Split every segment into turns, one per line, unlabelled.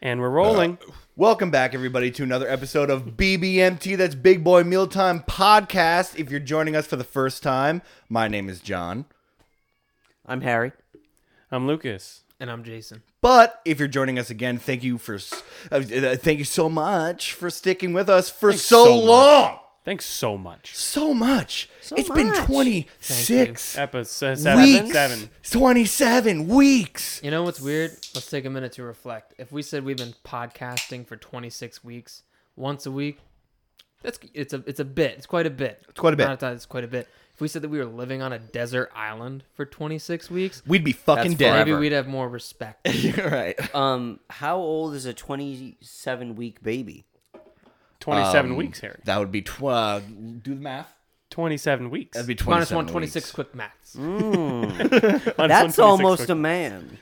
And we're rolling.
Uh,
Welcome back, everybody, to another episode of BBMT. That's Big Boy Mealtime Podcast. If you're joining us for the first time, my name is John.
I'm Harry.
I'm Lucas.
And I'm Jason.
But if you're joining us again, thank you for s- uh, uh, thank you so much for sticking with us for so,
so much.
long.
Thanks so much.
So much. It's
So
been
much.
26
Episode
weeks.
seven. seven.
27 weeks.
You know what's weird? Let's take a minute to reflect. If we said we've been podcasting for 26 weeks, once a week, that's it's a it's a bit. It's quite a bit. It's
quite a bit.
it's quite a bit. If we said that we were living on a desert island for 26 weeks,
We'd be fucking
That's
dead.
maybe
Forever.
we'd have more respect.
You're right.
Um, how old is a 27 week baby? Um,
27 weeks, Harry.
Um, That would be tw- uh, do the math.
27 weeks.
That'd be 27
Minus one, 26
weeks.
quick maths.
Minus 126
That's almost
weeks.
a man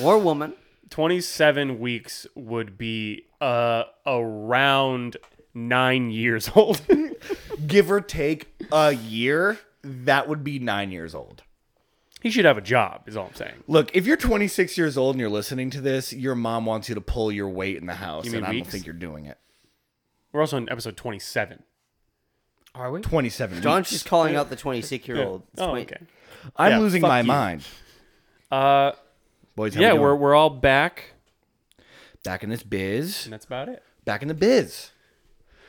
or woman.
27 weeks would be uh, around nine years old.
give or take a year, that would be nine years old.
he should have a job, is all I'm saying.
Look, if you're 26 years old and you're listening to this, your mom wants you to pull your weight in the house,
You
and
mean
I don't
weeks?
think you're doing it.
We're also on episode 27.
Are we?
27.
John's
weeks.
just calling out the 26 year old.
Oh, okay.
I'm
yeah,
losing
fuck
my
you.
mind.
Uh,
Boys, how
yeah,
we
we're,
doing?
we're all back.
back in this biz.
And that's about it.
Back in the biz.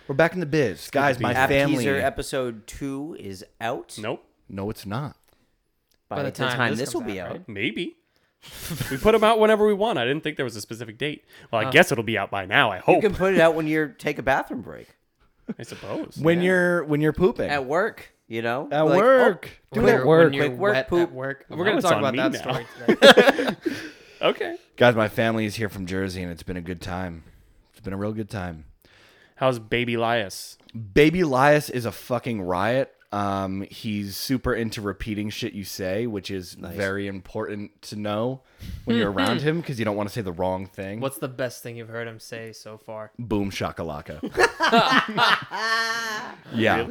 We're back in the biz, guys.
be
My
back.
App
family.
Teaser episode two is out.
Nope.
no, it's not.
By, the time, this, will
comes
be
out,
out.
right?
Maybe. we put them out whenever we want. I didn't think there was a specific date. Well, I guess it'll be out by now. I
Uh, You
hope.
can put it out when you take a bathroom break
I suppose.
When you're when you're pooping
at work. You know,
At
Like, oh,
work. Do
When
it at
you're- when
work,
you're
Quick work
wet at
poop.
work.
Now
We're going
it's
to talk
on
about
me
that
now.
story today.
okay.
guys. My family is here from Jersey, and it's been a good time. It's been a real good time.
How's baby Lias?
Baby Lias is a fucking riot. Um, he's super into repeating shit you say, which is very important to know when you're around him because you don't want to say the wrong thing.
What's the best thing you've heard him say so far?
boom shakalaka? yeah,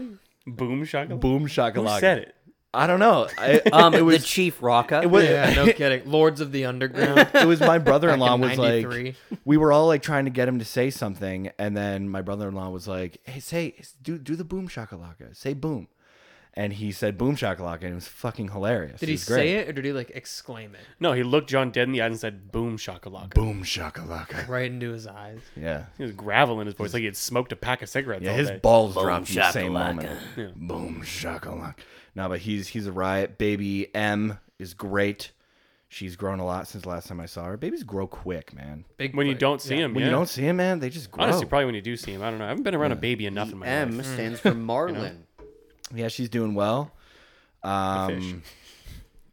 Boom shakalaka.
boom shakalaka.
Who said it?
I don't know. I,
Um,
it was
the Chief Rocca.
it was,
Yeah, no kidding. Lords of the Underground.
it was my brother-in-law
Back in
was like
93.
we were all like trying to get him to say something and then my brother-in-law was like hey say do do the boom shakalaka say boom and he said boom shakalaka and it was fucking hilarious
Did
it
he
was great.
say it or did he like exclaim it
No, he looked John dead in the eyes and said, boom shakalaka.
boom shakalaka
right into his eyes?
yeah
He was gravel in his voice like he had smoked a pack of cigarettes
yeah
all
his
day.
balls dropped in the same
shakalaka.
moment boom shakalaka no but he's he's a riot baby m is great she's grown a lot since last time i saw her babies grow quick man
Big
when you
play.
don't see him,
when
yeah.
you don't see Oh. Mm. them man they just grow
Honestly, probably when you do see him. I don't know. I haven't been around a baby enough in my life.
M stands for Marlin.
yeah she's doing well
Fish.
um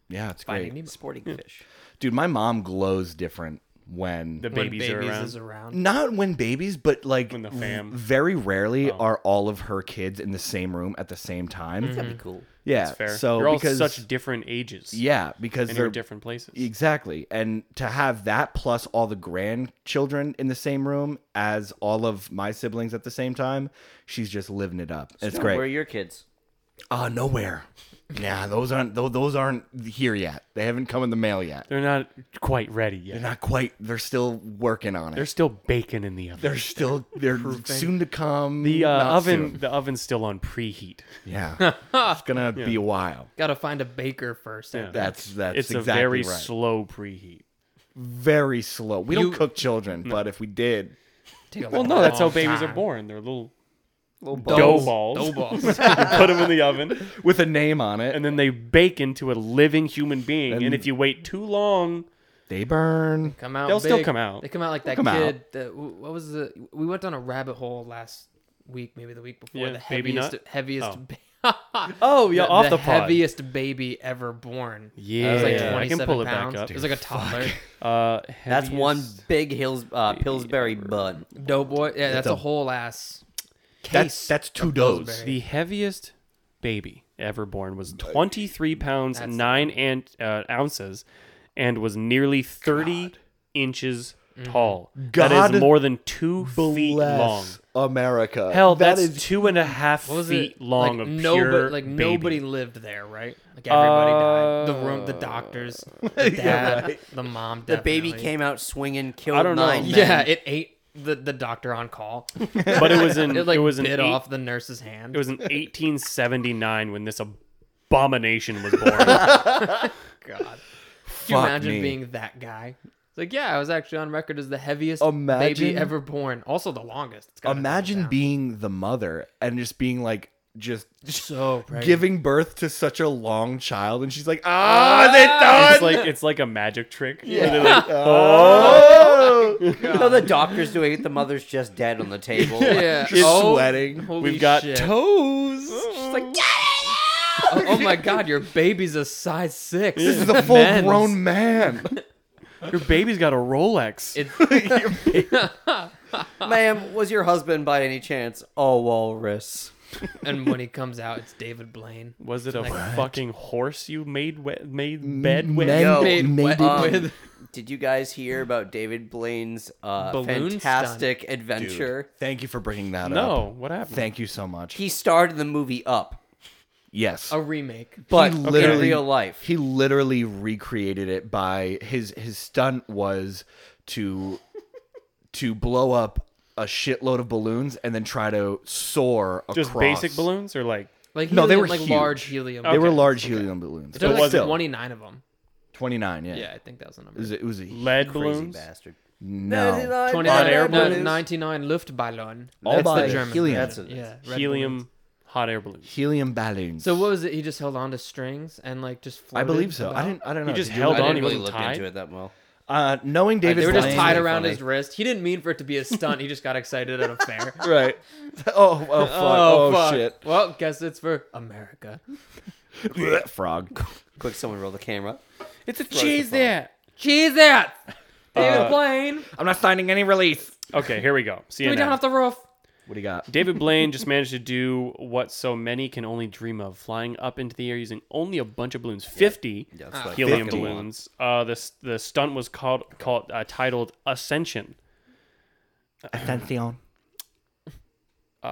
yeah it's great
Finding Nemo.
Sporting fish.
Dude, my mom glows different when
the
When
babies, are
babies
around.
is around.
not when babies, but like
When the fam. Oh.
v- very rarely are all of her kids in the same room at the same time.
That'd be cool.
Yeah,
It's Mm-hmm. fair.
so
You're all
because
such different ages.
yeah, because
And
they're
you're different places.
exactly, and to have that plus all the grandchildren in the same room as all of my siblings at the same time, she's just living it up. It's
Where are
great.
your kids?
Uh nowhere. Nah, those aren't tho- those aren't here yet. They haven't come in the mail yet.
They're not quite ready yet.
They're not quite. They're still working on it.
They're still baking in the oven.
They're still they're soon to come.
the uh,
not
oven,
soon.
the oven's still on preheat.
Yeah, it's gonna be a while.
Got to find a baker first. I think.
That's that's
it's
exactly
a very
right.
slow preheat.
very slow. We don't
You-
cook children, but if we did,
Take a
Well, no, that's how
long
babies are
time.
born. They're little
Little
dough
Dolls.
balls.
Dough balls.
you put them in the oven,
with a name on it,
and then they bake into a living human being. And, if you wait too long,
they burn.
Come out.
They'll still
big.
come out.
They come out like that
come out.
kid. That, wh- what was the? We went down a rabbit hole last week, maybe the week before.
Yeah,
the
baby
heaviest,
nut?
heaviest.
Oh.
ba-
Oh, yeah, off the pod.
heaviest baby ever born.
Yeah.
it was like
Oh, yeah. I can
27
pull it back
pounds.
up.
It was like a toddler.
uh,
That's one
heaviest-
big Hills, uh, Pillsbury bun.
Doughboy. Yeah, that's
a-
a, whole ass.
That's that's two doughs.
Pillsbury.
The heaviest baby ever born was 23 pounds
That's-
nine and, uh, ounces, and was nearly 30 inches tall. That
Mm-hmm.
God
is more than two feet long.
Bless America.
Hell,
That
that's
is-
two and a half
What was
feet
it?
long
like,
of
nobo-
pure
like
baby.
nobody lived there, right? Like everybody died. The room, the doctors, the dad, the mom,
The baby
definitely.
came out swinging, killed
I don't know.
nine men.
Yeah, it ate the, the doctor on call. it
but it was in it,
like
was an
bit
eight-
off the nurse's hand.
It was in 1879 when this abomination was born.
God. Could you
Fuck
imagine
me.
being that guy? It's like, yeah, I was actually on record as the heaviest
Imagine-
baby ever born. Also, the longest. It's gotta
Imagine
down.
being the mother and just being like, just
so pregnant.
giving birth to such a long child, and she's like, ah, they died.
it's like it's like a magic trick. Yeah. They're like,
No, the doctor's doing it. The mother's just dead on the table.
yeah,
Just sweating.
holy
We've got
shit.
toes.
Oh, oh my god, your baby's a size six.
This is a full grown man.
Your baby's got a Rolex.
Ma'am, was your husband by any chance a walrus?
and when he comes out, it's David Blaine.
was it a fucking horse you made we- made bed with?
Men-
Yo,
Made
Made
wet
it
Um,
with
did you guys hear about David Blaine's uh,
Balloon stunt.
fantastic adventure?
Thank you for bringing that up.
No, what happened?
Thank you so much.
He starred in the movie Up,
yes.
a remake.
but in
literally-
real life.
He literally recreated it by his his stunt was to to blow up a shitload of balloons and then try to soar across.
Just basic balloons or like
Like
No, they
helium-
were
like
huge.
large helium.
They were large helium balloons.
There
But
were like
still,
twenty nine of them.
29, yeah.
Yeah, I think that was the
It was,
number.
a- it was a
lead balloons?
bastard.
no.
Twenty
Hot air
nine,
balloons?
ninety nine Luftballon.
All
That's
by
the German.
helium.
version.
That's what it
yeah, red
helium
balloons.
hot air balloons.
Helium balloons.
So what was it? He just held on to strings and like just.
I
Floated
believe so. I
about?
didn't I don't know.
just
Did you-
held
I
on,
didn't
he
really
wasn't
look
tied?
into it that well.
Uh, knowing David
They were just
Blaine-
tied
really
around
funny.
his wrist. He didn't mean for it to be a stunt. He just got excited at a fair.
Right. Oh, oh fuck. Oh, shit.
Well, guess it's for America.
Blech, Frog.
Quick, someone roll the camera.
It's a
cheese there.
Cheese that!
Uh,
David Blaine!
I'm not signing any release.
Okay, here we go. CNN.
We down off the roof.
What do you got?
David Blaine just managed to do what so many can only dream of, flying up into the air using only a bunch of balloons, 50
Yeah, that's like
helium
fucking one.
balloons. Uh, the, the stunt was called, called uh, titled Ascension.
Attention.
Uh,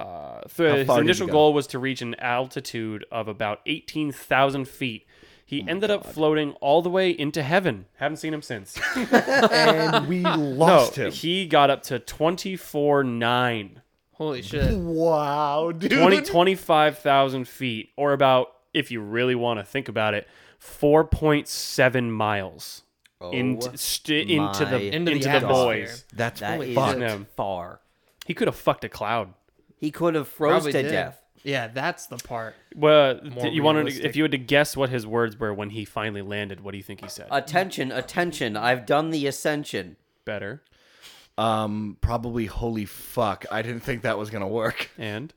th-
How
his
far did
initial
he go?
goal was to reach an altitude of about 18,000 feet. He
Oh
ended up floating all the way into heaven. Haven't seen him since.
and we
no,
lost him.
he got up to 24.9.
Holy shit.
Wow, dude.
20, 25,000 feet, or about, if you really want to think about it, 4.7 miles
Oh
into, st- into
my
the,
Into
into
the
the,
atmosphere.
boys.
That's
That
really
is
fucked.
No.
far.
He could have fucked a cloud.
He could have froze
Probably
to
did.
death.
Yeah, that's the part.
Well, th-
More
you wanted to,
realistic.
if you had to guess what his words were when he finally landed, what do you think he said?
Attention, attention! I've done the ascension.
Better
Um, probably. Holy fuck! I didn't think that was gonna work.
and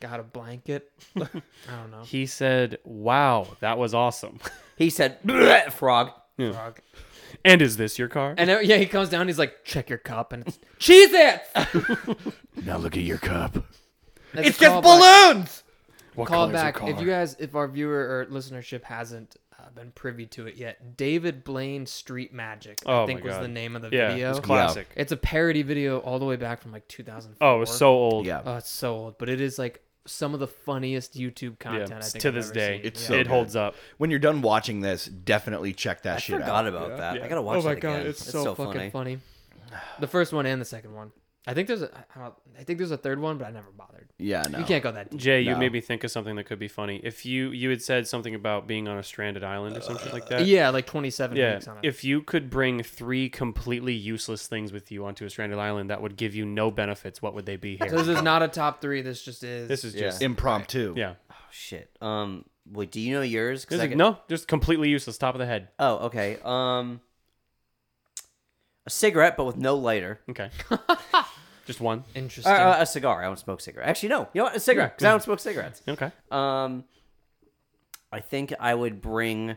Got a blanket. I don't know.
he said, "Wow, that was awesome."
He said, "Bleh, "Frog."
Frog.
and is this your car?
And uh, yeah, he comes down. He's like, check your cup. And it's cheese it!
Now look at your cup.
That's
It's
a
just
callback.
balloons.
what
call
color's your
back
car?
if you guys if our viewer or listenership hasn't uh, been privy to it yet david blaine street magic
Oh,
i think
my
was
God.
the name of the
yeah,
video
it's classic.
it's a parody video all the way back from like 2004
Oh, it was so old.
Yeah,
oh it's so old but it is like some of the funniest youtube
Yeah,
content i think
to
I've
this
ever
day,
seen.
It's
it
so good.
holds up.
when you're done watching this, definitely check that
I
shit out.
forgot about that.
yeah.
I gotta watch
Oh my
that
God,
again.
it's
so, funny.
fucking funny. the first one and the second one i think there's a I, don't, I think there's a third one but i never bothered
Yeah, no.
you can't go that deep
Jay, you
No.
made me think of something that could be funny. If you you had said something about being on a stranded island or something like that.
yeah like 27
Yeah,
weeks on it
if you could bring three completely useless things with you onto a stranded island that would give you no benefits, what would they be
so
here?
this is not a top three this just is
this is just
Impromptu.
yeah.
Oh, shit. Um. Wait. Do you know yours? 'Cause
This
I
is-
could-
no, just completely useless. Top of the head.
Oh. Okay. Um. A cigarette, but with no lighter.
Okay, just one.
Uh,
interesting
uh, a cigar. I don't smoke cigarettes. Actually, no. You know what? A cigarette, because I don't smoke cigarettes.
Okay,
Um, I think I would bring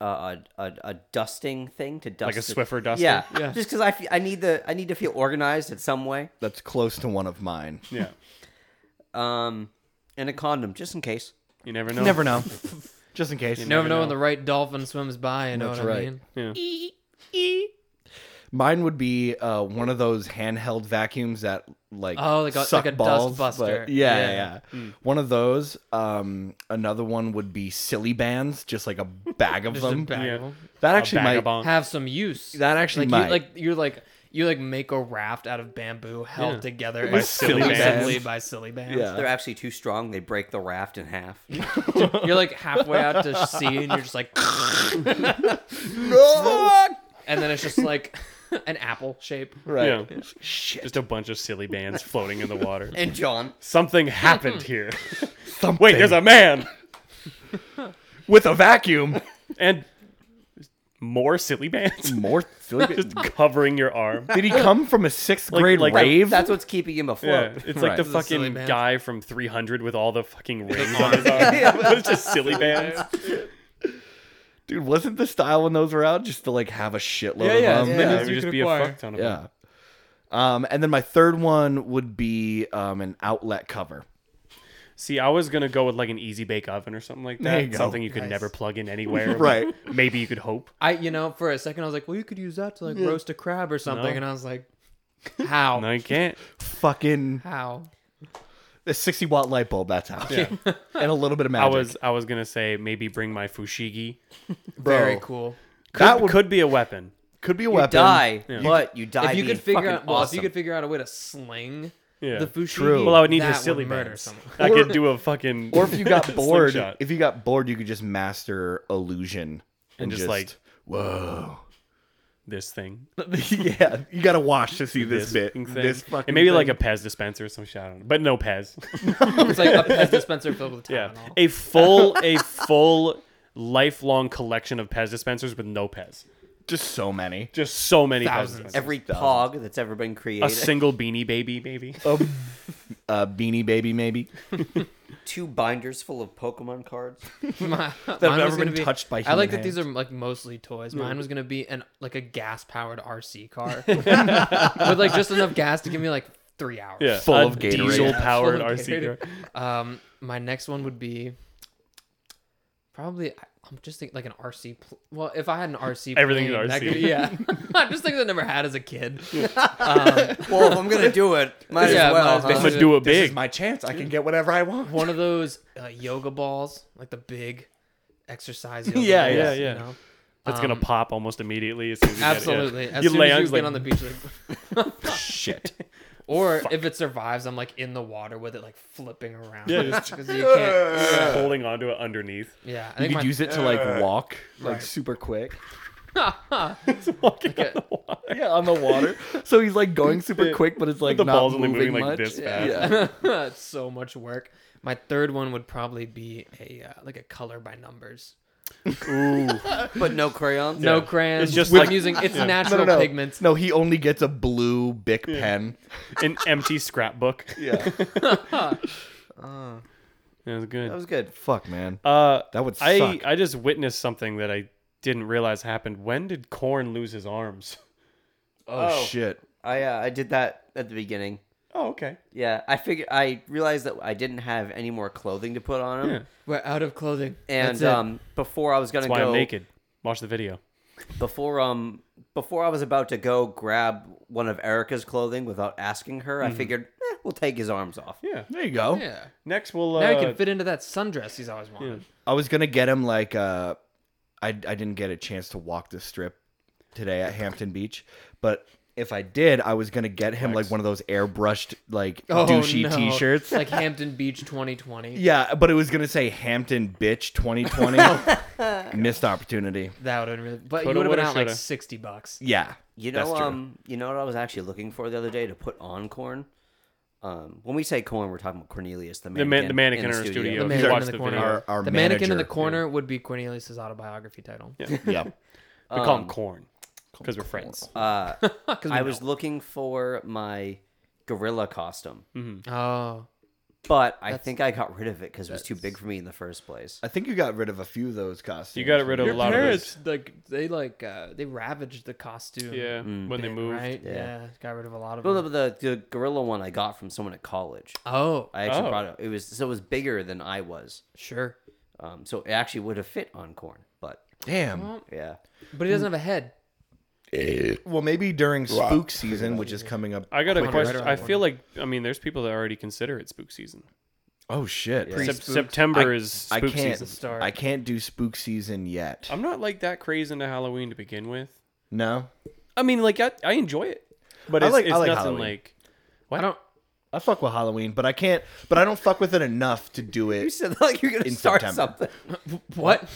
uh, a, a a dusting thing to dust
like a
it.
Swiffer duster.
Yeah,
Yeah.
Just because I, fe- I need the I need to feel organized in some way.
That's close to one of mine.
yeah.
Um, and a condom just in case.
You never know.
Never know. Just in case.
You never know when the right dolphin swims by. You know
That's
what I
right.
mean?
Yeah.
Mine would be uh, one of those handheld vacuums that like
Oh, like a-
suck
like a
balls,
dust
but-
buster.
yeah,
Yeah. Hmm.
yeah. yeah. One of those. Um, another one would be silly bands, just like a bag of
Just a
them.
bag of
Yeah.
them.
That
A
actually might.
vagabond.
Have some use.
That actually
like
might.
You, like you're like you like make a raft out of bamboo held
Yeah.
together
By
silly
exclusively
bands.
by silly bands.
yeah.
They're actually too strong. They break the raft in half.
You're like halfway out to sea and you're just like and then it's just like an apple shape.
Right.
Yeah. Just a bunch of silly bands floating in the water.
And John,
Something happened here.
Something
Wait, there's a man
with a vacuum.
and more silly bands
More silly. ba-
just covering your arm.
Did he come from a sixth grade
like-
rave?
that's what's keeping him
Yeah,
afloat.
it's
Right.
like the
The silly
fucking
bands.
guy from 300 with all the fucking rings on his arm. It's just silly bands.
Dude, wasn't the style when those were out just to like have a shitload
Yeah,
of
yeah,
them?
yeah.
Yeah,
Minions
it would
you
just
could
be
acquire.
a fuck ton of them.
Yeah. Um, and then my third one would be um, an outlet cover.
See, I was gonna go with like an easy bake oven or something like
There you
that.
go.
Something you could never plug in anywhere. but
Right.
Maybe you could hope.
I you know, for a second I was like, Well you could use that to like roast a crab or something
No.
and I was like How?
No, you can't.
Fucking
How?
a 60 watt light bulb, that's how. and a little bit
I
of magic.
was I was gonna say maybe bring my fushigi.
Bro,
Very cool.
Could,
That would-
could be a weapon.
Could be a
You
weapon.
die, but you die.
if you
being
could figure
fucking
out well, if
awesome.
you could figure out a way to sling
Yeah.
the fushigi,
True.
well, I would need his
that
silly
murder
bands.
someone.
I
Or-
could do a fucking
Or if you got bored,
slingshot.
if you got bored, you could just master illusion and,
just, like-
whoa.
this thing,
yeah, you gotta watch to see this, bit.
thing.
This fucking
and maybe
thing.
like a Pez dispenser or some shit. I don't know. But no Pez.
It's like a Pez dispenser filled with
yeah,
Tylenol.
a full a full lifelong collection of Pez dispensers with no Pez.
just so many.
Just so many
Thousands.
Pez dispensers.
every pog that's ever been created,
a single beanie baby, maybe.
Um, Uh, Beanie Baby, maybe.
two binders full of Pokemon cards.
My, that
have ever been touched by
I like that
human
these are like mostly toys. Mine was gonna be an like a gas powered RC car with like just enough gas to give me like three hours.
Yeah,
Full
a
of Gatorade.
diesel powered
Full of Gatorade.
RC car.
Um, my next one would be probably I'm just thinking like an RC. Pl- well, if I had an RC,
Everything's
plane, that
RC.
could- yeah, I'm just thinking I never had as a kid.
well, if I'm gonna do it, might
Yeah,
as well.
might as
I'm
huh?
gonna do a
This
big.
is my chance. I can get whatever I want.
One of those uh, yoga balls, like the big exercise. Yoga
Yeah,
balls,
yeah,
you
yeah.
know?
It's gonna pop almost immediately. As soon as you
Absolutely.
Get it. yeah.
As
you
soon
land
as you
like,
get on the beach, like,
Shit.
Or if it survives, I'm like in the water with it, like flipping around.
Yeah, just-
'Cause you can't.
holding onto it underneath.
Yeah, I
You
think
could
my,
use it to like walk like
Right.
super quick. Yeah, on the water. So he's like going super quick, but it's like
the
not
ball's only
moving
moving like
much.
this
Yeah.
fast.
it's so much work. My third one would probably be a uh, like a color by numbers.
But no crayons.
No
Yeah.
crayons.
It's just
I'm
like-
using it's
No,
natural
no, no.
pigments.
No, he only gets a blue Bic pen.
An empty scrapbook.
Yeah.
That was
that
good.
was good.
Fuck, man.
Uh,
That would suck.
I I just witnessed something that I didn't realize happened. When did Corn lose his arms?
oh,
Oh.
shit.
I uh, I did that at the beginning.
Oh, okay.
Yeah, I figured I realized that I didn't have any more clothing to put on him,
Yeah.
We're out of clothing. That's
and
uh,
it.
um, before I was gonna
That's why
go
I'm naked. Watch the video.
before um before I was about to go grab one of Erica's clothing without asking her, I figured eh, we'll take his arms off.
Mm-hmm. Yeah.
There you go.
yeah.
Next, we'll. Uh,
Now he can fit into that sundress he's always wanted.
I was gonna get him like uh I I didn't get a chance to walk the strip today at Hampton Beach, but if I did, I was gonna get him like one of those airbrushed like Oh, douchey
Oh, no.
t-shirts.
like Hampton Beach 2020.
Yeah, but it was gonna say Hampton Bitch 2020. Missed opportunity.
That would have been really. But you
Coulda,
would have been
woulda,
out like
shoulda.
60 bucks.
Yeah,
You
that's
know,
true.
um, you know what I was actually looking for the other day to put on corn. Um, when we say corn, we're talking about Cornelius, the
The,
mannequin,
man, the mannequin in
in the
our studio.
The
If
mannequin
you watch
in the
the
corner.
video,
our, our
the mannequin in the
manager.
corner would be Cornelius's autobiography title.
Yeah,
we call him Corn because we're friends.
Uh,
'Cause we
I
know.
was looking for my gorilla costume,
Oh.
but I think I got rid of it because it was too big for me in the first place.
I think you got rid of a few of those costumes.
You got rid of a
Your
lot
parents, like they like uh, they ravaged the costume.
of those. Yeah, when they
bit,
moved.
right? Yeah.
Yeah.
got rid of a lot of
No,
them.
no, the, the gorilla one I got from someone at college.
Oh,
I actually
Oh.
brought it. It was so it was bigger than I was.
sure,
Um, so it actually would have fit on corn, but
Damn.
yeah,
but he doesn't have a head.
Well, maybe during spook season, which is coming up.
I got a
quicker.
question. I feel like I mean, there's people that already consider it spook season.
Oh shit!
Sep- September is
I
spook
can't.
season. Um,
start.
I can't do spook season yet.
I'm not like that crazy into Halloween to begin with.
No,
I mean, like I, I enjoy it, but
I
it's,
like- I
it's
like
nothing
Halloween.
like.
I don't.
I fuck with Halloween, but I can't. But I don't fuck with it enough to do
You
it.
said like you're gonna
In
start
September.
something.
What?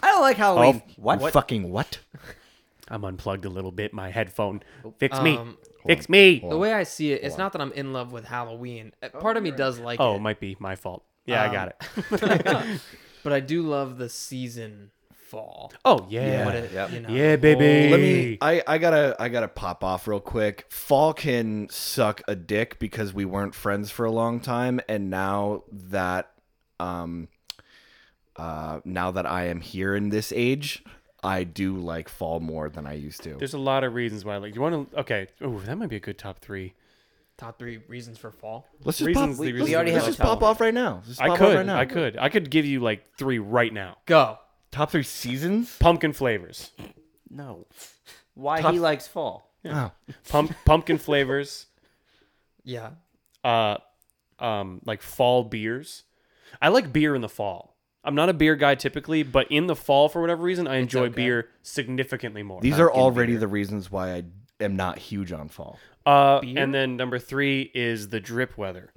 I don't like Halloween. what?
Fucking what?
I'm unplugged a little bit. My headphone. Fix me.
Um,
Fix me.
The way I see it, it's not that I'm in love with Halloween. Uh, Part of me does like
Oh,
it,
it might be my fault. Yeah,
Um,
I got it.
but I do love the season fall.
Oh
Yeah.
yeah.
What it,
Yep.
you know.
Yeah, baby.
Let me. I, I gotta. I gotta pop off real quick. Fall can suck a dick because we weren't friends for a long time, and now that, um, uh, now that I am here in this age, I do like fall more than I used to.
There's a lot of reasons why. Like, you want to? Okay. Oh, that might be a good top three.
Top three reasons for fall.
Let's just
reasons-
pop.
the
let's-
reasons
we
let's
have
just
Halloween.
pop off right now. Just
I
pop Off right
could.
now.
I could. I could give you like three right now.
Go.
Top three seasons.
Pumpkin flavors.
No. Why he likes fall?
Oh.
Pump, pumpkin flavors.
Yeah.
uh, um, like fall beers. I like beer in the fall. I'm not a beer guy typically, but in the fall, for whatever reason, I enjoy
okay.
beer significantly more.
These are already the reasons why I am not huge on fall.
uh,
Beer?
and then number three is the drip weather.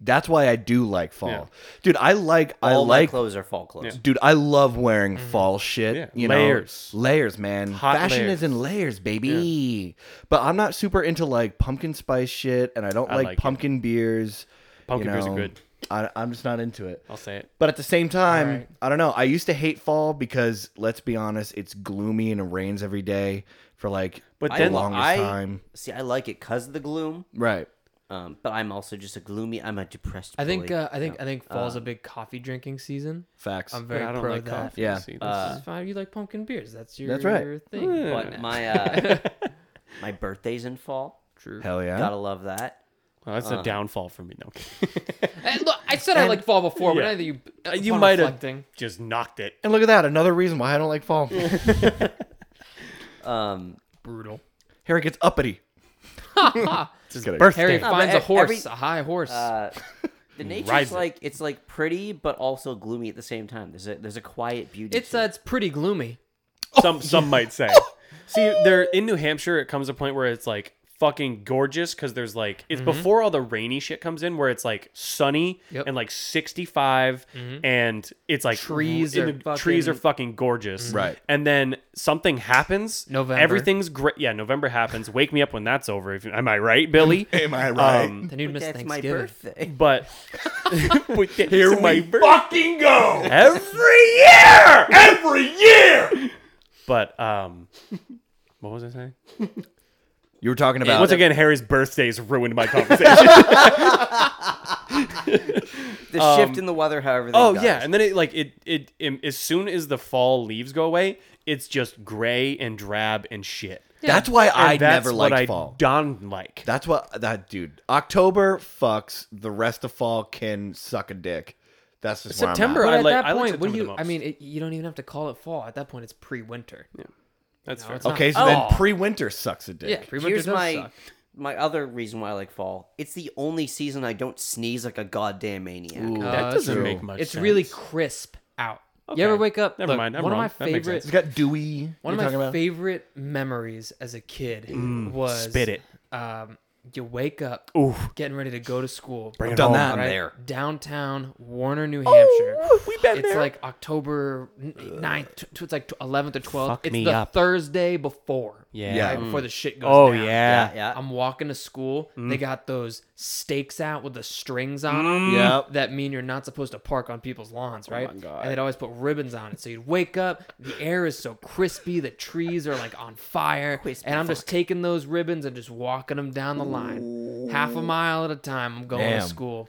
That's why I do like fall, dude. I like. I
All my
like.
clothes are fall clothes.
Dude, I love wearing fall shit.
Mm-hmm. Yeah.
You
Layers.
know, layers, man.
Hot
Fashion
layers.
is in layers, baby. But I'm not super into like pumpkin spice shit, and I don't like,
like it.
pumpkin beers. you
Pumpkin beers are good. Oh.
I, I'm just not into it.
I'll say it.
But at the same time, I don't know. I used to hate fall because let's be honest, it's gloomy and it rains every day for like
But
the
then-
longest
I
time.
see. I like it cause of the gloom,
Right.
um, but I'm also just a gloomy. I'm a depressed.
I think.
boy.
Uh, I think. I think fall's a big coffee drinking season.
Facts.
I'm very
I don't
pro
like
that.
coffee.
Yeah.
See, this
This
is-
is fine. You like pumpkin beers. That's your,
That's right.
your thing.
but my uh, my birthday's in fall. True.
Hell yeah.
Gotta love that.
well, that's a downfall for me. No,
Hey, look, I said I like fall before, but
Yeah.
I think you
Uh,
upon
you might have
reflecting-
just knocked it.
and look at that, another reason why I don't like fall.
Um,
brutal.
Harry gets uppity. just kidding.
Harry
No, but
finds
e-
a horse,
every-
a high horse.
uh, the nature's
Rise it.
like it's like pretty but also gloomy at the same time. There's a there's a quiet beauty.
it's
to
uh,
it.
it's pretty gloomy.
Some some might say. See, there in New Hampshire, it comes a point where it's like fucking gorgeous because there's like it's before all the rainy shit comes in, where it's like sunny
Mm-hmm. Yep. Mm-hmm.
and like 65, and it's like
Trees
in
are
the- trees are
fucking- Mm-hmm.
fucking gorgeous,
Right.
And then something happens.
November.
everything's great. Yeah, November happens. Wake me up when that's over. If, am I right, Billy? Um,
Am I right?
Then you'd miss
that's my birthday.
Thanksgiving.
But here my
fucking go
every
year, every year.
but um, what was I saying?
You were talking about
Once again, Harry's birthdays ruined my conversation.
The shift in the weather, however.
Oh yeah, and then it like it, it it as soon as the fall leaves go away, it's just gray and drab and shit.
that's why I
And that's
never
what
liked
I
fall.
Don't like.
That's what that dude. October fucks. The rest of fall can suck a dick. That's just where I'm at.
September,
But
I
at
like-
that
I like
point, what do
September
you?
the
I
most.
mean, it, you don't even have to call it fall. At that point, it's pre-winter.
That's fair.
it's not-
Okay, so
Oh.
then pre-winter sucks a dick.
Yeah, pre-winter
here's
does
my
suck.
my other reason why I like fall. It's the only season I don't sneeze like a goddamn maniac.
that
Uh,
doesn't
true.
make much.
It's
sense.
really crisp out. You ever
Okay.
wake up?
Never
look,
mind, I'm
one
wrong.
of my
That makes
favorite.
It's got dewy.
One
you
of
talking
my
about?
favorite memories as a kid was
Mm. spit it.
Um, you wake up,
Ooh,
getting ready to go to school.
bring it
done
home.
that.
I'm
right?
there.
downtown Warner, New Hampshire.
Oh, we've been
it's
there.
like October 9th. t- t- It's like 11th or 12th.
Fuck
it's
me
the
up.
Thursday before.
Yeah.
Yeah.
Right before the shit goes
Oh yeah.
down.
Yeah, yeah.
I'm walking to school. They
Mm.
got those stakes out with the strings on them.
Yep.
That mean you're not supposed to park on people's
Oh
lawns, right? And they'd always put ribbons on it. So you'd wake up, the air is so crispy, the trees are like on fire. and I'm just taking those ribbons and just walking them down the line. Half a mile at a time, I'm going
Damn.
to school.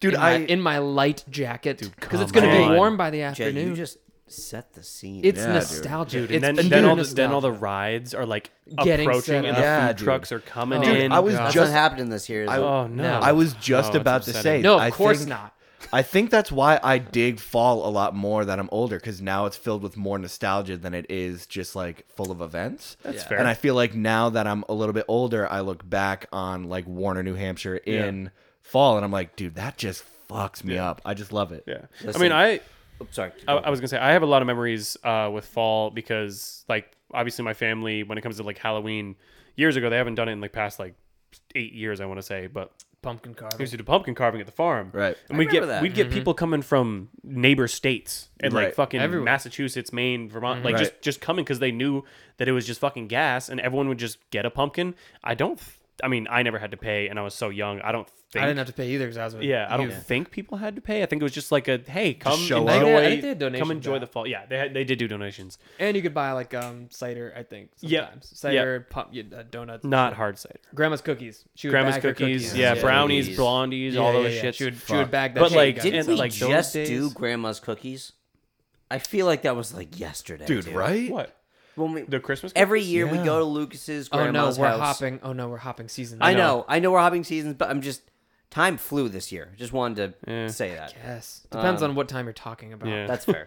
dude.
In my,
I
in my light jacket. Because it's
come
going to
on.
be warm by the
Jay,
afternoon.
you just set the scene.
it's
Yeah, dude.
nostalgic.
Dude, and
It's
then, then
pure
all the then all the
nostalgia.
rides are like
Getting
approaching,
set
and the
up.
Yeah,
food
dude.
trucks are coming
Dude,
in.
I was
that's
just
not happening this year. Is it?
oh no,
No.
I was just
Oh, it's
about to
upsetting.
say.
No, of
I
course
think
not.
I think that's why I dig fall a lot more that I'm older because now it's filled with more nostalgia than it is just like full of events.
That's fair.
And I feel like now that I'm a little bit older, I look back on like Warner, New Hampshire in fall, and I'm like, dude, that just fucks me up. I just love it.
yeah. I
Listen.
mean, I
Oops, sorry.
I, I was gonna say I have a lot of memories uh, with fall because like obviously my family when it comes to like Halloween years ago they haven't done it in like past like eight years I want to say but
Pumpkin
we
carving.
used to do pumpkin carving at the farm
Right.
and we'd get
remember that.
we'd get people coming from neighbor states and like
Right.
fucking
Everywhere.
Massachusetts Maine Vermont like just
Right.
just coming because they knew that it was just fucking gas and everyone would just get a pumpkin I don't I mean I never had to pay and I was so young I don't think
I didn't have to pay either because I was with
yeah, I don't
you.
think people had to pay. I think it was just like a hey, come
show
enjoy,
up.
I think they had
come
donations
enjoy
back.
the fall. Yeah, they had, they did do donations,
And you could buy like um cider, I think.
Yeah.
Sometimes. Cider, pump, yeah, uh, donuts. and
not
shit.
hard cider.
Grandma's cookies. She would
Grandma's
bag her
cookies, yeah,
Yeah.
brownies,
Cookies.
blondies,
Yeah,
all
yeah,
those
yeah.
shit.
She would, she would bag that.
But,
shit,
like,
guys.
didn't
Did
and,
we
like, those
just
days-
do grandma's cookies? I feel like that was like yesterday,
Dude, right?
What
When we,
the Christmas? cookies?
every year we
Yeah.
go to Lucas's
Oh no,
grandma's
we're
house.
hopping. Oh no, we're hopping season.
I know, I know we're hopping seasons, but I'm just time flew this year. Just wanted to say that.
Yes. Depends
Um,
on what time you're talking about.
Yeah.
That's fair.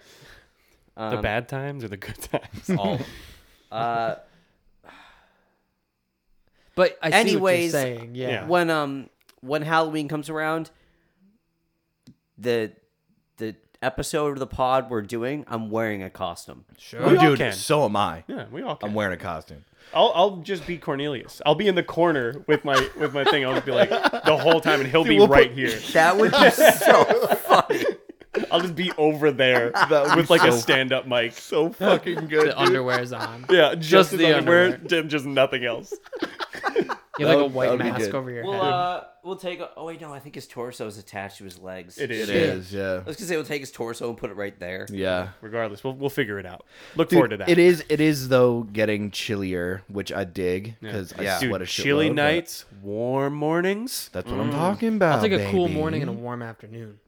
the bad times or the good times?
All. Of them. Uh,
But I see
Anyways,
what you're saying. Yeah.
yeah.
when um when Halloween comes around, the the episode of the pod we're doing, I'm wearing a costume.
Sure.
We all
dude,
can.
so am I.
yeah, we all. Can.
I'm wearing a costume.
I'll I'll just be Cornelius. I'll be in the corner with my with my thing. I'll just be like the whole time, and he'll be
we'll
right here.
That would be so funny.
I'll just be over there
That would
with
be
like a
so-
stand up mic.
So fucking good.
The underwear's on.
Yeah, just,
Just
the
the
underwear,
underwear.
dim- just nothing else.
You have like a
That would- that
white
would be
mask
good.
over your
We'll
head.
uh, we'll take. A, oh wait, no, I think his torso is attached to his legs.
It is.
it is, yeah.
I was gonna say we'll take his torso and put it right there.
Yeah.
Regardless, we'll we'll figure it out. Look
Dude,
forward to that.
It is. It is though getting chillier, which I dig because I
Dude,
sweat a
chilly
shitload, but
nights, warm mornings.
That's what I'm talking about.
Mm. I'll take a cool
Oh, baby.
morning and a warm afternoon.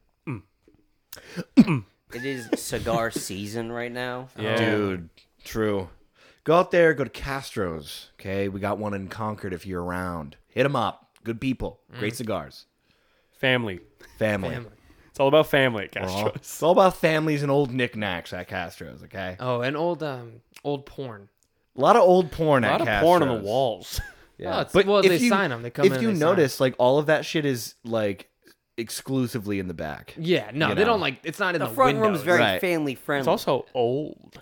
It is cigar season right now.
Yeah.
dude. True. Go out there. Go to Castro's. Okay, we got one in Concord. If you're around, hit them up. Good people. Great
Mm.
cigars.
Family.
Family.
It's all about family at
We're all-
Castro's.
it's all about families and old knickknacks at Castro's. Okay,
Oh, and old um old porn.
a lot of old porn
A
at
lot of
Castro's.
porn on the walls.
Yeah. Oh, it's, well, they sign them. They come
if
in.
you
and they sign 'em.
notice, like all of that shit is like exclusively in the back.
Yeah, no,
you
they don't
know.
like. It's not in
The
the,
front room's
windows.
very
Right.
family friendly.
It's also old.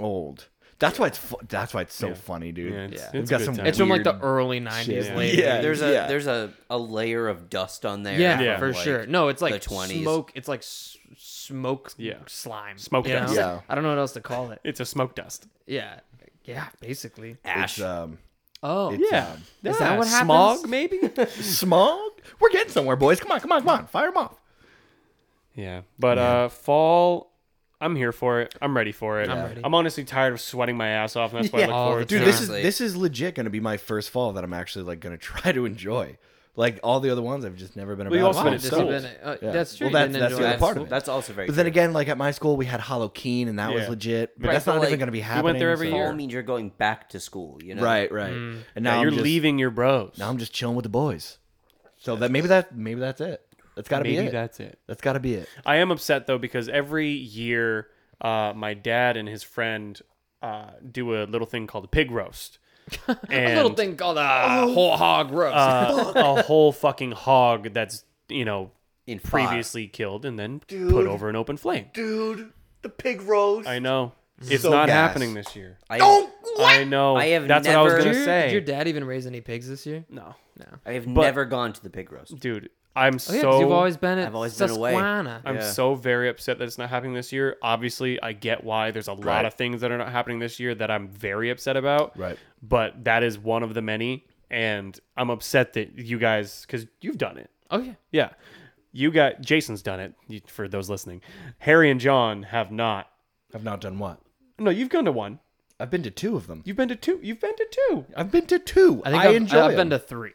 old. That's why it's fu- that's why it's so funny, dude.
Yeah, it's-
We've
it's
got
good
some.
time.
It's from like the
weird-
early '90s,
shit.
late.
Yeah.
there's a
yeah.
there's a, a layer of dust on there.
Yeah,
from,
Yeah.
for
like,
sure. No, it's
the
like
20s.
smoke. It's like s- smoke
Yeah.
slime.
Smoke
you
dust.
know?
Yeah.
I don't know what else to call it.
It's a smoke dust.
Yeah. Yeah, basically.
ash.
It's, um,
Oh,
yeah.
Is that what happens?
Smog, maybe?
smog. We're getting somewhere, boys. Come on, come on, come on. Fire them off.
yeah. But uh fall, I'm here for it. I'm ready for it. I'm
ready.
I'm honestly tired of sweating my ass off, and that's why I
Yeah.
look
Oh,
forward
the
to
Dude,
it.
this is
Honestly.
this is legit going to be my first fall that I'm actually like going to try to enjoy. Like all the other ones, I've just never been.
Well, you
around.
also
Wow,
been at
I'm
school.
sold.
Been
uh,
Yeah.
That's true.
Well, that's-
you didn't
that's the
enjoy
other
it.
part of it.
That's also very.
But then
true.
again, like at my school, we had Hollow Keen, and that was
Yeah.
legit. But
Right,
that's
but,
not
like,
even going to be happening.
went there every
so-
year.
fall means you're going back to school. You know,
Right, right. And now
Yeah,
I'm
you're
just-
leaving your bros.
Now I'm just chilling with the boys. So that maybe that maybe that's it. That's got to be
maybe
it.
that's it.
that's got to be it.
I am upset though because every year, uh, my dad and his friend uh, do a little thing called a pig roast. And,
A little thing called a whole hog roast.
uh, a whole fucking hog that's you know
In fire.
previously killed and then put over an open flame.
Dude, the pig rose.
I know it's
So
not
gas.
happening this year.
I,
I know.
I have
that's what I was
never-
gonna
did, your,
say.
did your dad even raise any pigs this year?
no,
I have never gone to the pig roast.
dude, I'm
Oh, yeah, 'cause
so
you've always been at
I've always been away.
Susquehanna.
I'm
Yeah.
so very upset that it's not happening this year. Obviously, I get why. There's a lot of things that are not happening this year that I'm very upset about.
Right.
But that is one of the many, and I'm upset that you guys, because you've done it.
Oh yeah,
Yeah. You got Jason's done it you- for those listening. Harry and John have not.
I've not done what.
No, you've gone to one.
I've been to two of them.
You've been to two. You've been to two.
I've been to two.
I think
I
I've,
enjoy.
I've been
them.
to three.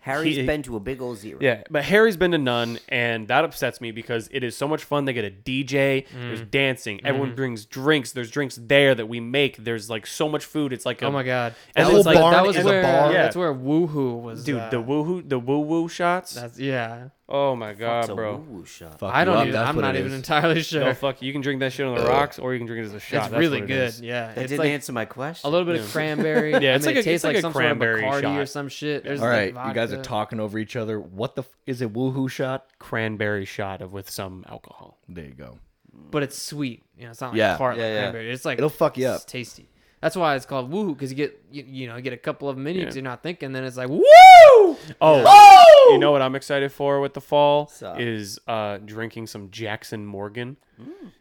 Harry's
He-
been to a big old zero.
Yeah, but Harry's been to none, and that upsets me because it is so much fun. They get a DJ, there's
Mm.
dancing, everyone
Mm-hmm.
brings drinks, there's drinks there that we make, there's like so much food. It's like a,
Oh my god,
And
that
it's
was
like-
like that
barn
was
is a
where
bar.
that's where woohoo was.
dude,
uh,
the woohoo, the woo woo shots.
that's yeah.
Oh my god,
It's a
bro.
woo-woo shot.
Fuck
I
you up,
don't. Even,
that's
I'm
what it
not even
is.
entirely sure.
No fuck. You can drink that shit on the rocks, or you can drink it as a shot.
it's
That's
really
what it
good.
is.
yeah,
That
it's
didn't
like
answer my question.
a little bit of cranberry.
Yeah,
I
it's
mean,
like
it
a- it's
tastes
like a
some
cranberry
sort of Bacardi or
shot.
some shit. There's
All right,
like
you guys are
vodka.
talking over each other. What the f- is it? Woohoo shot?
Cranberry shot of with some alcohol.
There you go.
but it's sweet. You know, it's not like
Yeah.
tart
Yeah,
like
yeah.
cranberry. It's like
It'll fuck you
it's
up.
tasty. That's why it's called woohoo because you get you, you know you get a couple of them in you
Yeah.
'cause you're not thinking. Then it's like woo.
Oh, you know what I'm excited for with the fall
Sup?
is uh, drinking some Jackson Morgan,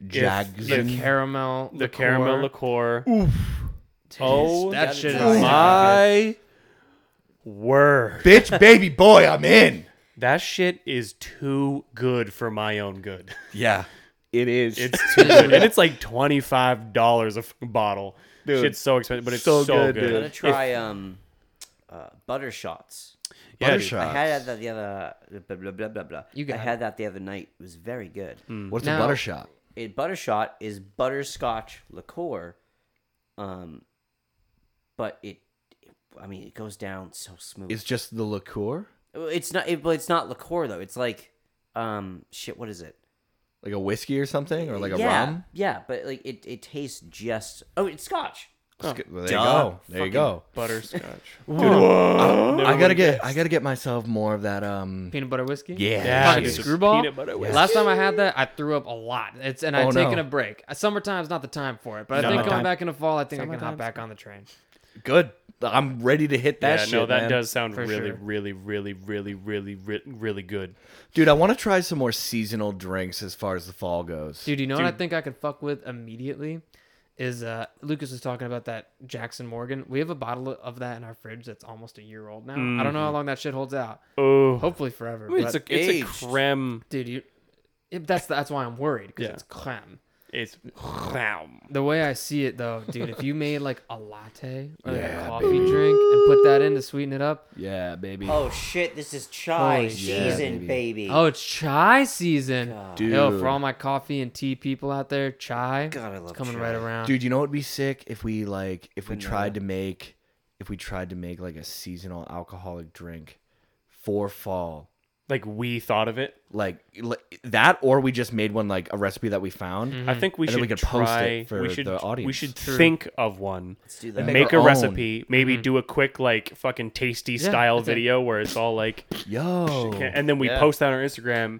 Jags.
The caramel,
the caramel liqueur. Oh,
that shit is
my word!
Bitch, baby boy, I'm in.
That shit is too good for my own good.
Yeah, it is.
It's too good, and it's like twenty five dollars a f- bottle.
Dude,
Shit's so expensive, but it's
so
so,
good,
good.
dude.
I'm gonna try um, uh, butter shots.
Yeah, dude.
Buttershots.
I had that the other blah blah blah blah. blah.
You got
I had that the other night. It was very good.
Mm. What's
Now-
a butter shot?
A buttershot is butterscotch liqueur, um, but it, I mean, it goes down so smooth.
It's just the liqueur,
It's not. It, but it's not liqueur though. It's like, um, shit. What is it?
like a whiskey or something, or like a
yeah,
rum.
Yeah, but like it, it tastes just. Oh, it's Scotch.
It's good- well, there
Duh.
you go. There you go.
butterscotch.
I gotta get. I gotta get myself more of that. Um.
peanut butter whiskey.
Yeah,
Fucking
dude.
screwball.
Peanut butter whiskey.
Last time I had that, I threw up a lot. It's and I've
Oh,
taken
no.
a break. Uh, Summertime's not the time for it, but I think
Summertime.
going back in the fall, I think I can hop back on the train.
Good. I'm ready to hit that
yeah,
shit.
no, that
man.
does sound
For
really,
sure.
really, really, really, really, really, really good.
Dude, I want to try some more seasonal drinks as far as the fall goes.
Dude, you know what I think I could fuck with immediately? Is uh Lucas was talking about that Jackson Morgan. We have a bottle of that in our fridge that's almost a year old now. I don't know how long that shit holds out.
Oh,
Hopefully forever.
it's a
but-
it's
aged.
a creme.
dude, you, it, that's that's why I'm worried because
Yeah.
it's clam.
It's creme.
The way I see it though, dude, if you made like a latte or like
Yeah,
a coffee drink and put that in to sweeten it up,
yeah, baby.
Oh shit! This is chai season, baby.
Oh, it's chai season.
Dude.
Yo, for all my coffee and tea people out there, chai.
God, I love
it's coming
chai.
right around.
Dude, you know what would be sick if we like if we tried to make if we tried to make like a seasonal alcoholic drink for fall.
Like we thought of it.
Like li- that or we just made one like a recipe that we found.
Mm-hmm. Mm.
I think we
And then
should
we could
try.
post it for
we should.
the audience.
We should think of one.
Let's do
Make,
that.
make
a
our own.
recipe. Maybe do a quick like fucking tasty style
Mm-hmm. that's it.
video where it's all like,
Yo.
and then we
Yeah.
post that on our Instagram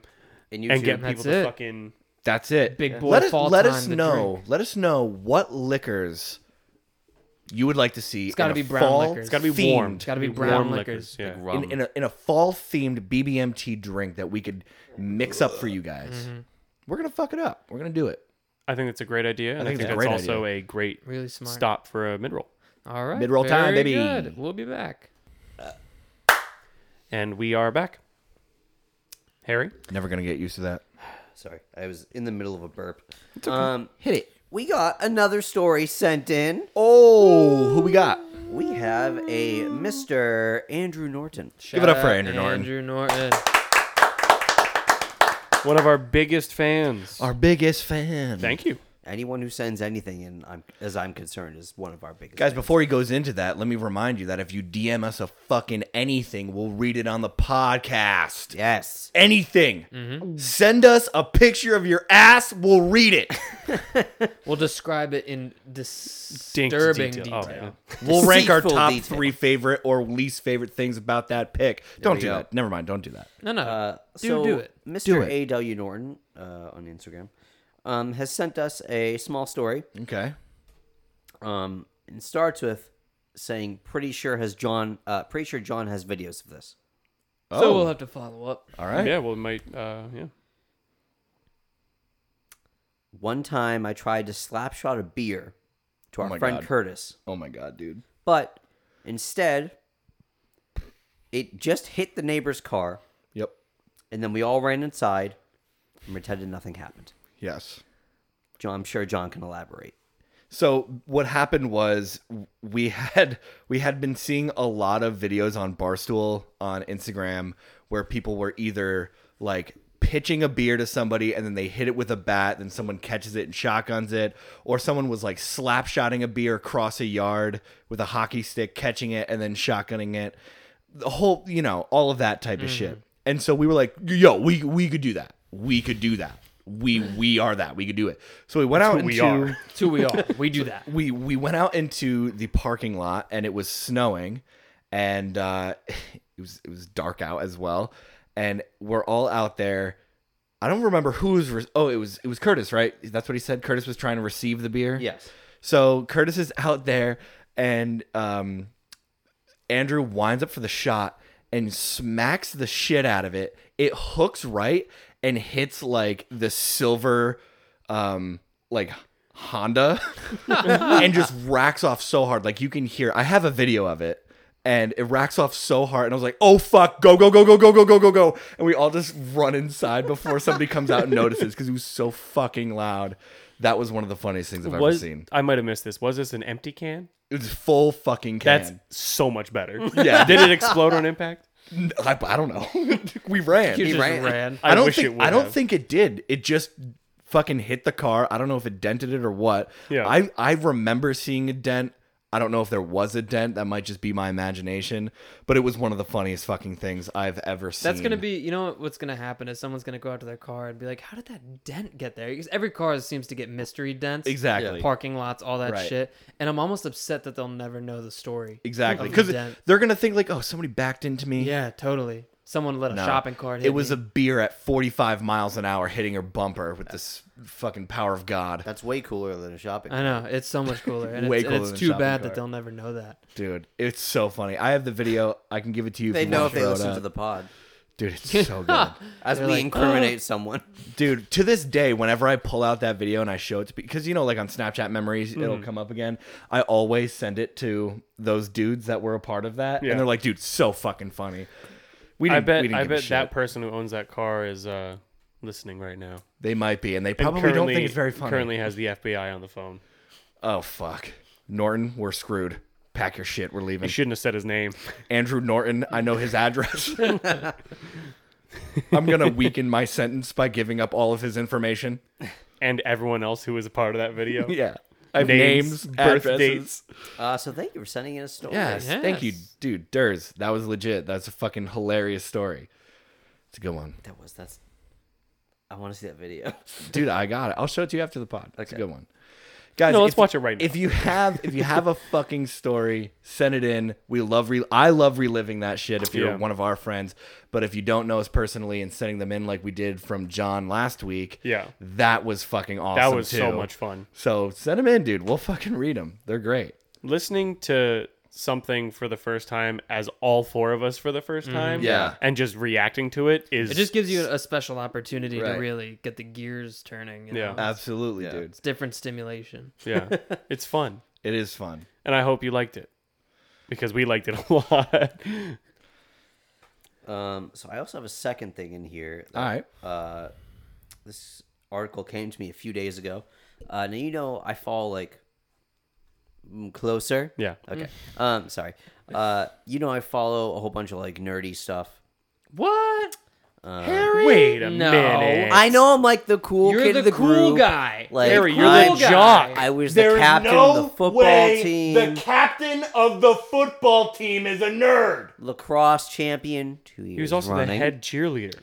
And you
and
too.
get
That's
people to
it.
fucking.
That's it.
Big boy
Let us,
fall
let
time
us
to
know.
drink.
Let us know what liquors you would like to see.
gotta
in a
be brown
fall
liquors.
It's got to be
themed-
warmed.
Gotta be
Warm
brown liquors.
Yeah.
rum.
in, in a, in a fall themed BBMT drink that we could mix up for you guys.
Mm-hmm.
We're gonna fuck it up. We're gonna do it.
I think that's a great idea, and I
think
think,
it's a
that's
great
also a great
Really smart.
stop for a mid roll.
All right.
Mid-roll time, baby.
very Good. We'll be back.
And we are back. Harry,
Never gonna get used to that.
Sorry, I was in the middle of a burp. Um, hit it. We got another story sent in.
Oh, who we got?
We have a Mr. Andrew Norton.
Give it up
Shout
for
out
Andrew Norton.
Andrew Norton.
one of our biggest fans.
Our biggest fan.
Thank you.
Anyone who sends anything in, I'm, as I'm concerned, is one of our biggest.
Guys,
fans.
before he goes into that, let me remind you that if you DM us a fucking anything, we'll read it on the podcast.
yes,
Anything. Send us a picture of your ass, we'll read it.
We'll describe it in
Dink to
disturbing
detail.
detail.
Oh, yeah.
We'll rank our
Deceitful
top
detail.
three favorite or least favorite things about that pick. Don't
we
do
go.
that. Never mind. Don't do that.
No, no.
Uh,
do
so
do it.
Mr.
Do it.
A.W. Norton uh, on Instagram um, has sent us a small story
Okay.
um, and starts with saying, "Pretty sure has John. Uh, pretty sure John has videos of this."
So
Oh.
we'll have to follow up.
All right.
Yeah, well, it might. Uh, yeah.
One time, I tried to slap shot a beer to our
my
friend
God.
Curtis,
Oh my god, dude.
but instead, it just hit the neighbor's car,
Yep.
and then we all ran inside and pretended nothing happened.
Yes.
John, I'm sure John can elaborate.
So what happened was we had we had been seeing a lot of videos on Barstool on Instagram where people were either like pitching a beer to somebody and then they hit it with a bat then someone catches it and shotguns it or someone was like slap shotting a beer across a yard with
Mm-hmm.
a hockey stick catching it and then shotgunning it the whole you know all of that type of shit And so we were like, yo, we we could do that. We could do that. We we are that. We could do it. So we went out
who
into
we are.
It's who we are. We do that.
we we went out into the parking lot and it was snowing and uh it was it was dark out as well and we're all out there i don't remember who was re- oh it was it was curtis right that's what he said curtis was trying to receive the beer
Yes.
so curtis is out there and um andrew winds up for the shot and smacks the shit out of it it hooks right and hits like the silver um like Honda and just racks off so hard. Like you can hear, I have a video of it and it racks off so hard. And I was like, oh fuck, go, go, go, go, go, go, go, go, go. And we all just run inside before somebody comes out and notices because it was so fucking loud. That was one of the funniest things I've ever
Was
seen.
I might have missed this. Was this an empty can?
It was full fucking
That's
can.
so much better.
Yeah.
Did it explode on impact?
I, I don't know. we ran.
You just
ran.
ran.
I
don't
wish
think
it would
I don't
have.
think it did. It just fucking hit the car. I don't know if it dented it or what.
Yeah.
I I remember seeing a dent. I don't know if there was a dent. That might just be my imagination, but it was one of the funniest fucking things I've ever seen.
That's gonna be, you know, what- what's gonna happen is someone's gonna go out to their car and be like, "How did that dent get there?" Because every car seems to get mystery dents,
Exactly. Yeah.
parking lots, all that
Right.
shit. And I'm almost upset that they'll never know the story.
exactly
of the
because
dent.
they're gonna think like, oh, somebody backed into me.
yeah, totally. Someone let a
No.
shopping cart. Hit
It was
me.
a beer at 45 miles an hour hitting her bumper with this fucking power of God,
That's way cooler than a shopping.
I know it's so much cooler, and,
Way
it's, and
cooler
it's
than a
too
shopping
bad
cart.
that they'll never know that.
dude. It's so funny. I have the video. I can give it to you.
they
you
know
want
if they
throw it
listen
up.
to the pod.
dude. It's so good.
As
They're
we
like,
incriminate someone.
dude to this day whenever i pull out that video and i show it to because you know like on snapchat memories
Mm.
it'll come up again i always send it to those dudes that were a part of that
Yeah.
and they're like dude so fucking funny we
I
didn't, we
bet
didn't
I
give a
bet
shit.
that person who owns that car is uh, listening right now.
they might be and they
And
probably don't think it's very funny
Currently has the FBI on the phone.
oh fuck norton we're screwed pack your shit we're
I
leaving
shouldn't have said his name.
andrew norton i know his address i'm gonna weaken my sentence by giving up all of his information
And everyone else who was a part of that video.
yeah I have
Names,
names,
birth dates.
addresses.
Uh, so thank you for sending in a story.
Yes, thank you,
Yes.
dude. Durs, that was legit. That's a fucking hilarious story. It's a good one,
That was that's. I want to see that video.
dude. I got it. I'll show it to you after the pod. That's
Okay.
a good one, guys.
No, let's
if-
watch it right now.
If you have, if you have a fucking story, send it in. We love re. I love reliving that shit. If you're
Yeah.
one of our friends, but if you don't know us personally and sending them in like we did from John last week,
Yeah.
that was fucking awesome.
that was so
too.
much fun.
So send them in, dude. We'll fucking read them. They're great.
Listening to something for the first time as all four of us for the first
Mm-hmm.
time.
Yeah.
And just reacting to it is
It just gives you a special opportunity
Right.
to really get the gears turning. You
Yeah.
know?
Absolutely, dude.
it's different stimulation.
Yeah. It's fun.
It is fun.
And I hope you liked it. Because we liked it a lot.
Um, so I also have a second thing in here. that,
All right.
Uh, this article came to me a few days ago. Uh, now you know I fall like mm, closer.
Yeah.
Okay. Um, sorry. Uh, you know I follow a whole bunch of like nerdy stuff.
What?
Wait a
No.
minute.
I
I know I'm like the cool
You're
kid
the,
of the
cool
group.
guy.
Like
Harry, you're
I,
the
cool guy.
jock.
I was
There
the
is
captain
no
of the football
way
team,
The captain of the football team is a nerd.
lacrosse champion. Two years
He was also
running.
the head cheerleader.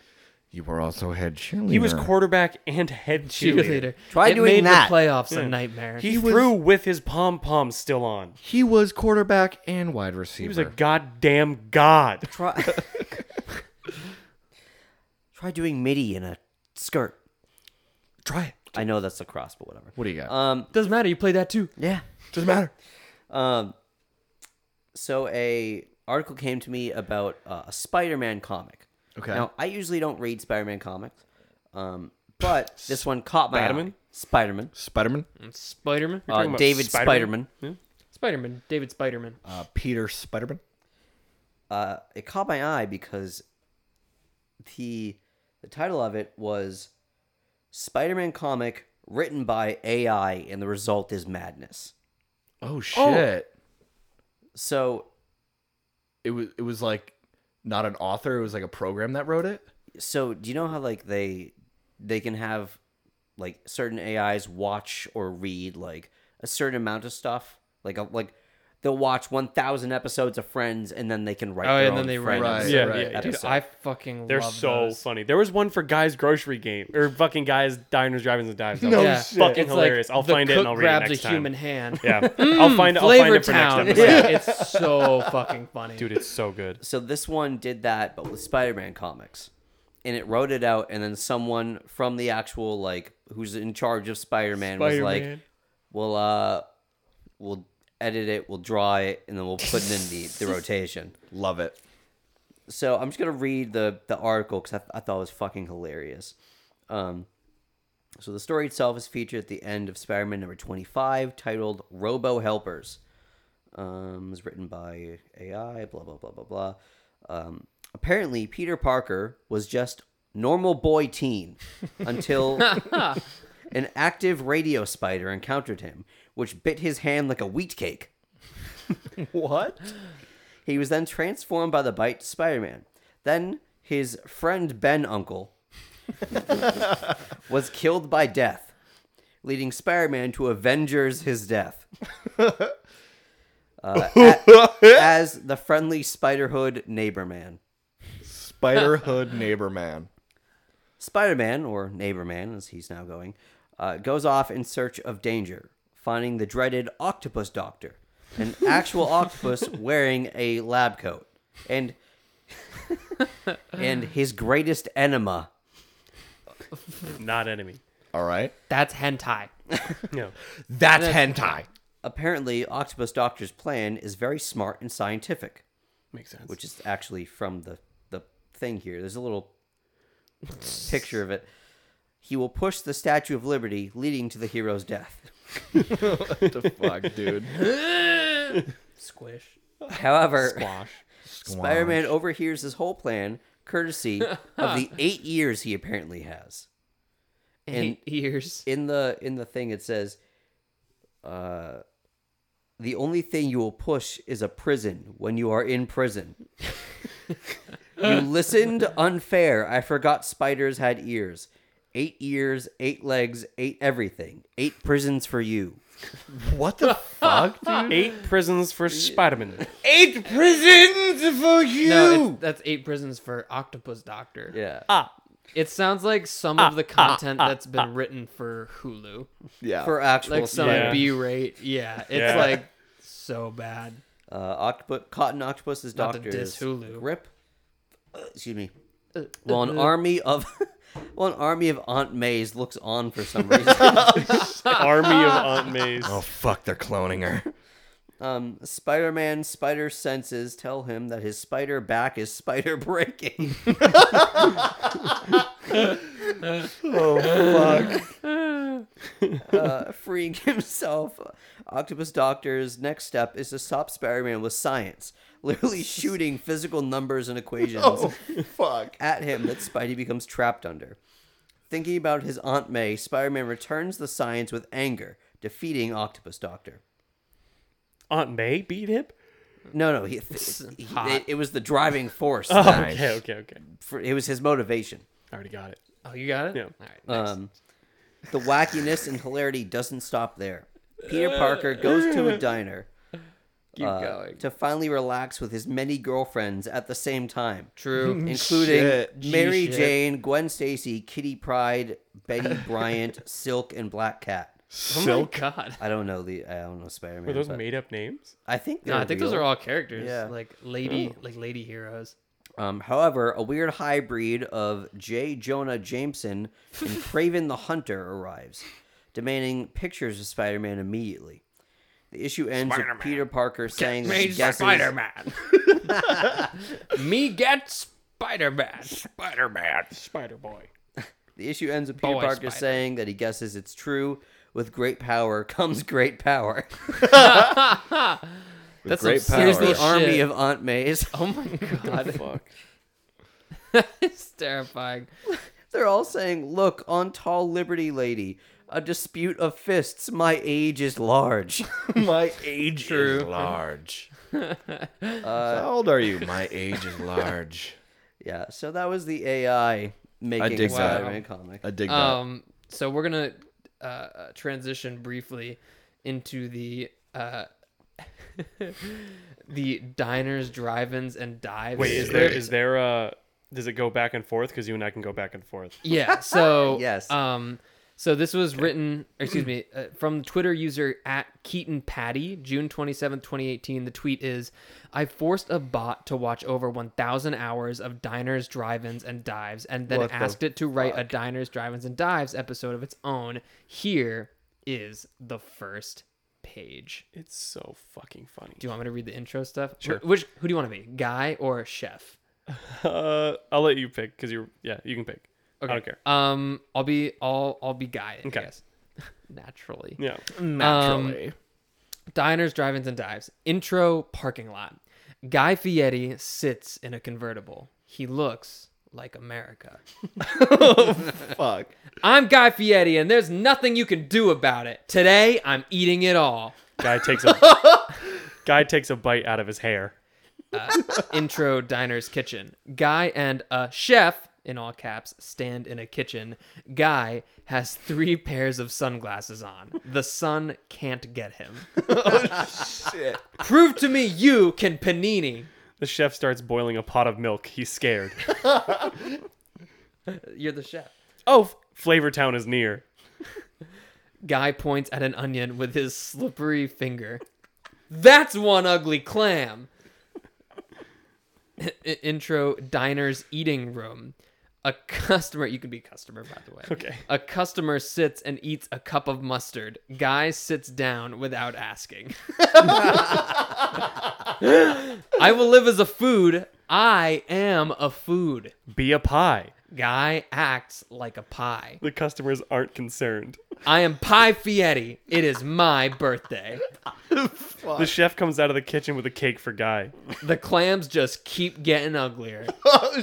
You were also head cheerleader.
He was quarterback and head cheerleader.
cheerleader.
Try
it
doing
made
that.
the playoffs a nightmare.
He, threw with his pom pom still on.
He was quarterback and wide receiver.
He was a goddamn god.
Try, try doing midi in a skirt.
try it.
I know that's lacrosse, but whatever.
What do you got?
Um,
Doesn't matter. You play that too.
yeah.
Doesn't matter.
Um, so a article came to me about uh, a Spider-Man comic.
Okay.
Now I usually don't read Spider-Man comics, um, but this one caught my eye.
Spider-Man?
Spider-Man.
Spiderman.
Mm, Spider-Man.
Uh,
about
David
Spider-Man?
Spider-Man.
Spider-Man. David Spider-Man.
Uh, Peter Spiderman.
uh, it caught my eye because the the title of it was Spider-Man comic written by AI and the result is madness.
Oh shit!
So
It was it was like not an author. It was like a program that wrote it.
so do you know how like they they can have like certain AIs watch or read like a certain amount of stuff like a, like they'll watch 1,000 episodes of Friends and then they can write.
Oh,
their
and then
own
they
Friends.
write.
Right,
Yeah,
right.
yeah,
Dude,
episode.
I fucking
They're
love
so
those.
funny. There was one for guys' grocery game or fucking guys' diners, drive-ins, and dives. That was
Yeah.
fucking
It's like
hilarious. I'll
the
find it
cook
and I'll read it
grabs
next
a
time.
human Mm. hand.
Yeah, I'll find it. I'll find it for next
Flavortown.
episode.
Hmm, Yeah, it's so fucking funny.
Dude, it's so good.
So this one did that, but with Spider-Man comics, and it wrote it out, and then someone from the actual like who's in charge of Spider-Man, was like,
Spider-Man.
"We'll uh, we'll edit it, we'll draw it, and then we'll put it in the, the rotation."
Love it.
So I'm just gonna read the the article because I, I thought it was fucking hilarious. Um, so the story itself is featured at the end of Spider-Man number 25, titled "Robo Helpers." Um, it was written by AI. Blah blah blah blah blah. Um, apparently, Peter Parker was just normal boy teen until an active radio spider encountered him, which bit his hand like a wheat cake.
What?
He was then transformed by the bite to Spider Man. Then his friend Ben Uncle was killed by death, leading Spider Man to Avengers his death. Uh, a- as the friendly Spiderhood neighbor man.
Spiderhood neighbor man.
Spider Man, or Neighbor Man as he's now going, uh, goes off in search of danger, finding the dreaded Octopus Doctor, an actual octopus wearing a lab coat, and and his greatest enema.
Not enemy.
All right.
That's hentai.
No.
That's hentai.
Apparently, Octopus Doctor's plan is very smart and scientific,
Makes sense.
which is actually from the the thing here. There's a little picture of it. He will push the Statue of Liberty, leading to the hero's death.
what the fuck, dude?
Squish.
However,
Squash.
Spider Man overhears his whole plan, courtesy of the eight years he apparently has. And
Eight ears.
in the in the thing it says, uh the only thing you will push is a prison when you are in prison. you listened unfair. I forgot spiders had ears. Eight ears, eight legs, eight everything. Eight prisons for you.
What the fuck, dude?
Eight prisons for Spider-Man.
Eight prisons for you.
No, it's, that's eight prisons for Octopus Doctor.
Yeah.
It sounds like some
Ah,
of the content that's been written for Hulu,
yeah.
For actual
like some
Yeah.
B-rate. Yeah, it's
Yeah.
like so bad.
Uh, octopus, Cotton Octopus's
Not to
doctor's
diss Hulu.
grip. Uh, excuse me. Well, an army of, well, an army of Aunt Mays looks on for some reason.
Army of Aunt Mays.
oh fuck, they're cloning her.
um, Spider-Man spider senses tell him that his spider back is spider breaking.
Oh fuck.
uh, freeing himself, Octopus Doctor's next step is to stop Spider-Man with science, literally shooting physical numbers and equations
Oh, fuck.
at him that Spidey becomes trapped under. Thinking about his Aunt May, Spider Man returns the science with anger, defeating Octopus Doctor.
Aunt May beat him?
No, no, he, he-
hot. Oh.
it, it was the driving force.
Nice.
Okay, okay, okay.
for, it was his motivation.
I already got it.
Oh, you got it.
Yeah.
All right.
Um, the wackiness and hilarity doesn't stop there. Peter Parker goes to a diner
Keep
uh,
going. Oh
to finally relax with his many girlfriends at the same time.
True.
including
Shit.
Mary
Shit.
Jane, Gwen Stacy, Kitty Pride, Betty Bryant, Silk, and Black Cat.
Silk.
Oh my God.
I don't know the I don't know Spider Man.
Were those made up names?
I think
No, I think those are
all.
all characters.
Yeah.
Like lady,
Oh.
like lady heroes.
Um, however, a weird hybrid of J. Jonah Jameson and Craven the Hunter arrives, demanding pictures of Spider Man immediately. The issue ends with Peter Parker saying that he guesses-
Man. Me get Spider Man.
Spider
Ah,
Man.
Spider Boy.
The issue ends with Peter
Boy,
Parker
Spider.
saying that he guesses it's true. With great power comes great power.
That's
great
some
power.
Here's the
serious
army
shit.
of Aunt Mays.
Oh my god. Fuck. it's terrifying.
Oh
They're all saying, "Look on tall Liberty Lady, a dispute of fists. My age is large."
My age
True. Uh,
is large. How old are you? My age is large.
yeah. So that was the AI making
dig
a
that.
Spider-Man comic.
I dig
Um, so we're gonna uh, transition briefly into the uh, the diners, drive-ins, and dives.
Wait, is there is there a does it go back and forth? Because you and I can go back and forth.
Yeah. So
Yes.
Um. So this was written, or excuse me, uh, from Twitter user at Keaton Patty, June twenty seventh, 2018. The tweet is, "I forced a bot to watch over 1,000 hours of diners, drive-ins, and dives, and then asked it to write a diners, drive-ins, and dives episode of its own." Here is the first page.
It's so fucking funny.
Do you want me to read the intro stuff? Sure. Which who do you want to be, guy or chef?
Uh, I'll let you pick because you're yeah you can pick. I don't care.
Um, I'll be I'll I'll be guy. I
Okay.
guess. Naturally.
Yeah.
Naturally. Um, diners, drive-ins, and dives. Intro parking lot. Guy Fieri sits in a convertible. He looks like America.
Fuck.
I'm Guy Fieri, and there's nothing you can do about it. Today, I'm eating it all.
Guy takes a guy takes a bite out of his hair.
intro diner's kitchen. Guy and a chef in all caps stand in a kitchen. Guy has three pairs of sunglasses on. The sun can't get him. Prove to me you can panini.
The chef starts boiling a pot of milk. He's scared.
You're the chef.
oh, Flavortown is near.
Guy points at an onion with his slippery finger. That's one ugly clam. I- intro diner's eating room. A customer, you can be customer by the way.
Okay.
A customer sits and eats a cup of mustard. Guy sits down without asking. I will live as a food. I am a food.
Be a pie.
Guy acts like a pie.
The customers aren't concerned.
I am Pie Fietti. It is my birthday.
The chef comes out of the kitchen with a cake for Guy,
The clams just keep getting uglier.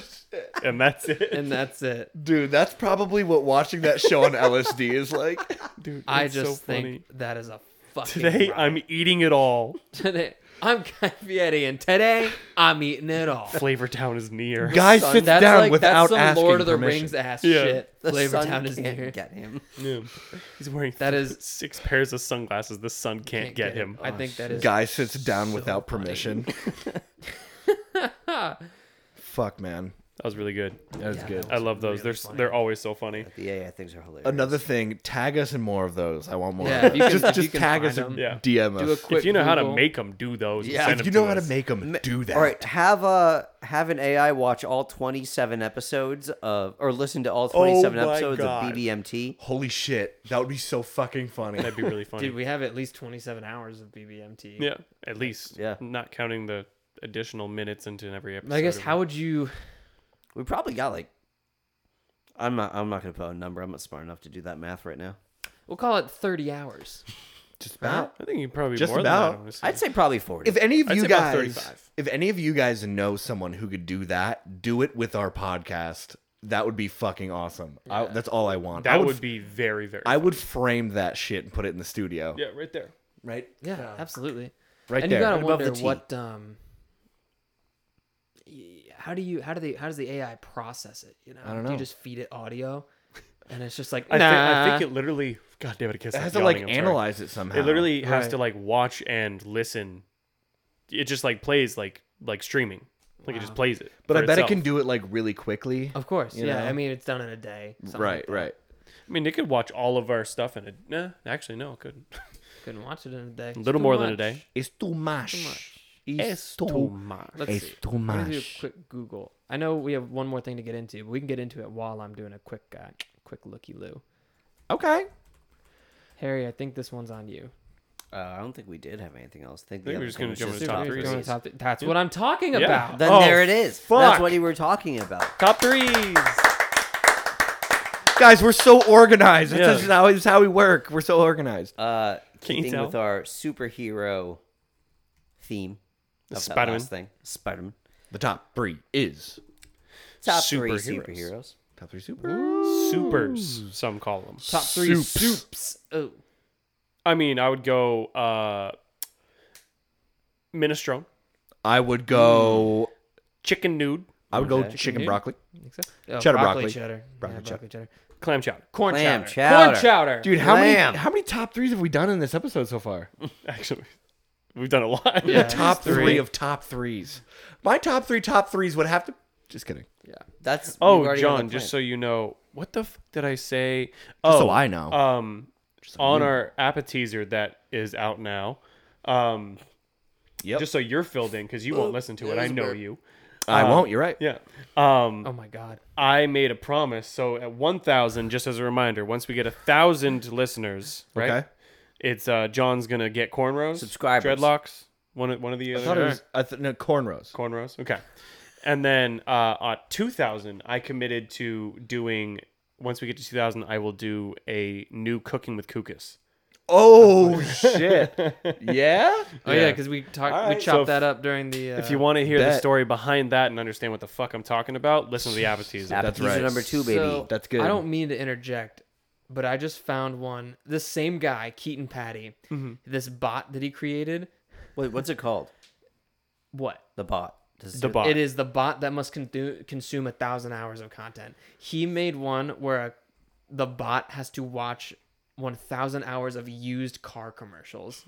and that's it.
And that's it.
Dude, that's probably what watching that show on LSD is like.
Dude,
I
it's
just
so
think
funny.
that is a fucking
today
riot.
I'm eating it all.
today I'm Guy Fieri and today I'm eating it all.
Flavortown is near.
Guy
Son,
sits
That's
down
like
without
that's some
asking
Lord of the
permission.
Rings ass
Yeah.
shit.
The
Flavor
sun
Town is
can't
near.
get him.
Yeah. He's wearing
That is
six pairs of sunglasses. The sun can't,
can't
get, him. Oh,
I think that is
Guy sits down without permission. Fuck, man.
That was really good.
That was good.
I love those. They're s- they're always so funny.
The AI things are hilarious.
Another thing, tag us in more of those. I want more.
Yeah,
of
if you
those.
can- if
just
you
just
can
tag
find
us and
them.
Yeah.
DM us.
Do a quick
if you know how to
Google.
make them, do those. and
Yeah.
send them
if you know
to
how to
us.
make them, do that.
All right, have a have an AI watch all 27 episodes of or listen to all 27
Oh my
episodes
God.
of BBMT.
Holy shit, that would be so fucking funny.
That'd be really funny.
Dude, we have at least 27 hours of BBMT.
yeah, at least.
Yeah.
Not counting the additional minutes into every episode.
I guess
or
how would you
We probably got like I'm not I'm not going to put a number. I'm not smart enough to do that math right now.
we'll call it 30 hours.
Just about.
I think you probably
Just
more than
about.
that. honestly.
I'd say probably 40.
If any of
I'd
you
say about
guys,
35.
if any of you guys know someone who could do that, do it with our podcast. That would be fucking awesome. I, that's all I want. I
that would,
f-
be very very.
I would frame that shit and put it in the studio.
yeah, right there.
Right.
Yeah, absolutely.
Right
and
there.
you gotta
above the
wonder
T.
what um y- how do you how do they how does the AI process it? You know, I
don't
Do
know.
you just feed it audio, and it's just like nah.
I, thi- I think it literally. God damn it! I guess
it
I'm
has to like
yawning, I'm sorry.
analyze it somehow.
It literally has to
Right.
like watch and listen. It just like plays like like streaming. Like it just plays it.
but I
for
bet it
itself.
can do it like really quickly.
of course,
you
yeah.
know?
I mean, it's done in a day. something
right,
like that.
right.
I mean, it could watch all of our stuff in a. Nah, actually, no, it couldn't.
Couldn't watch it in a day.
A little more than a day.
It's too much. It's
much.
Let's
It's
see.
too
I'm gonna do
much.
a quick Google. I know we have one more thing to get into, but we can get into it while I'm doing a quick, uh, quick looky loo.
Okay.
Harry, I think this one's on you.
Uh, I don't think we did have anything else. I think,
I think
the
we're
other
just
thing
gonna
was
jump
just
into top
about
We're
three.
doing
threes.
top th- That's what I'm talking
Yeah.
about.
Then
Oh,
there it is.
fuck.
That's what we were talking about.
Top threes.
Guys, we're so organized. That's
Yeah.
just how, it's how we work. We're so organized.
Uh,
Can you
keeping
tell?
with our superhero theme of that
Spider-Man.
last thing, Spider-Man.
The top three is
Top three
Superheroes.
superheroes.
top three super.
Supers, some call them.
Top three
Soups.
soups. Oh,
I mean, I would go uh minestrone,
I would go.
chicken nude,
I would go
Okay.
chicken broccoli.
think so? Oh,
Cheddar
broccoli,
broccoli.
cheddar,
Broccoli
yeah,
cheddar.
broccoli cheddar,
clam chowder.
corn
Clam
chowder.
chowder.
corn chowder.
Dude, how many
Lamb.
how many top threes have we done in this episode so far?
Actually, We've done a lot.
top three. of top threes. My top three top threes would have to. Just kidding.
Yeah.
That's we've
Oh,
already got
John,
the
just so
plan.
you know, what the fuck did I say? oh,
so I know.
Um, on our appetizer that is out now. Um,
Yep.
Just so you're filled in because you won't listen to it. I know you.
I won't. You're right.
uh, Yeah. Um,
Oh my god.
I made a promise. So at 1,000, just as a reminder, once we get a thousand listeners, right?
Okay.
It's uh, John's gonna get cornrows,
Subscribers.
dreadlocks, one of- one of the
I thought
other
it was I th- no, cornrows.
cornrows. Okay, and then uh, at two thousand, I committed to doing. Once we get to two thousand, I will do a new cooking with Kukus.
Oh shit! Yeah.
Oh yeah, because we talked,
All
we
right.
chopped
So if-
that up during the. Uh,
If you want to hear the
Bet.
story behind that and understand what the fuck I'm talking about, listen to the appetizer.
Appetizer
right.
number two, baby.
So,
That's good.
I don't mean to interject, but I just found one. This same guy, Keaton Patty, this bot that he created.
Wait, what's it called?
What?
The bot. Does it
The
do-
bot.
It is the bot that must con- consume a thousand hours of content. He made one where a, the bot has to watch one thousand hours of used car commercials.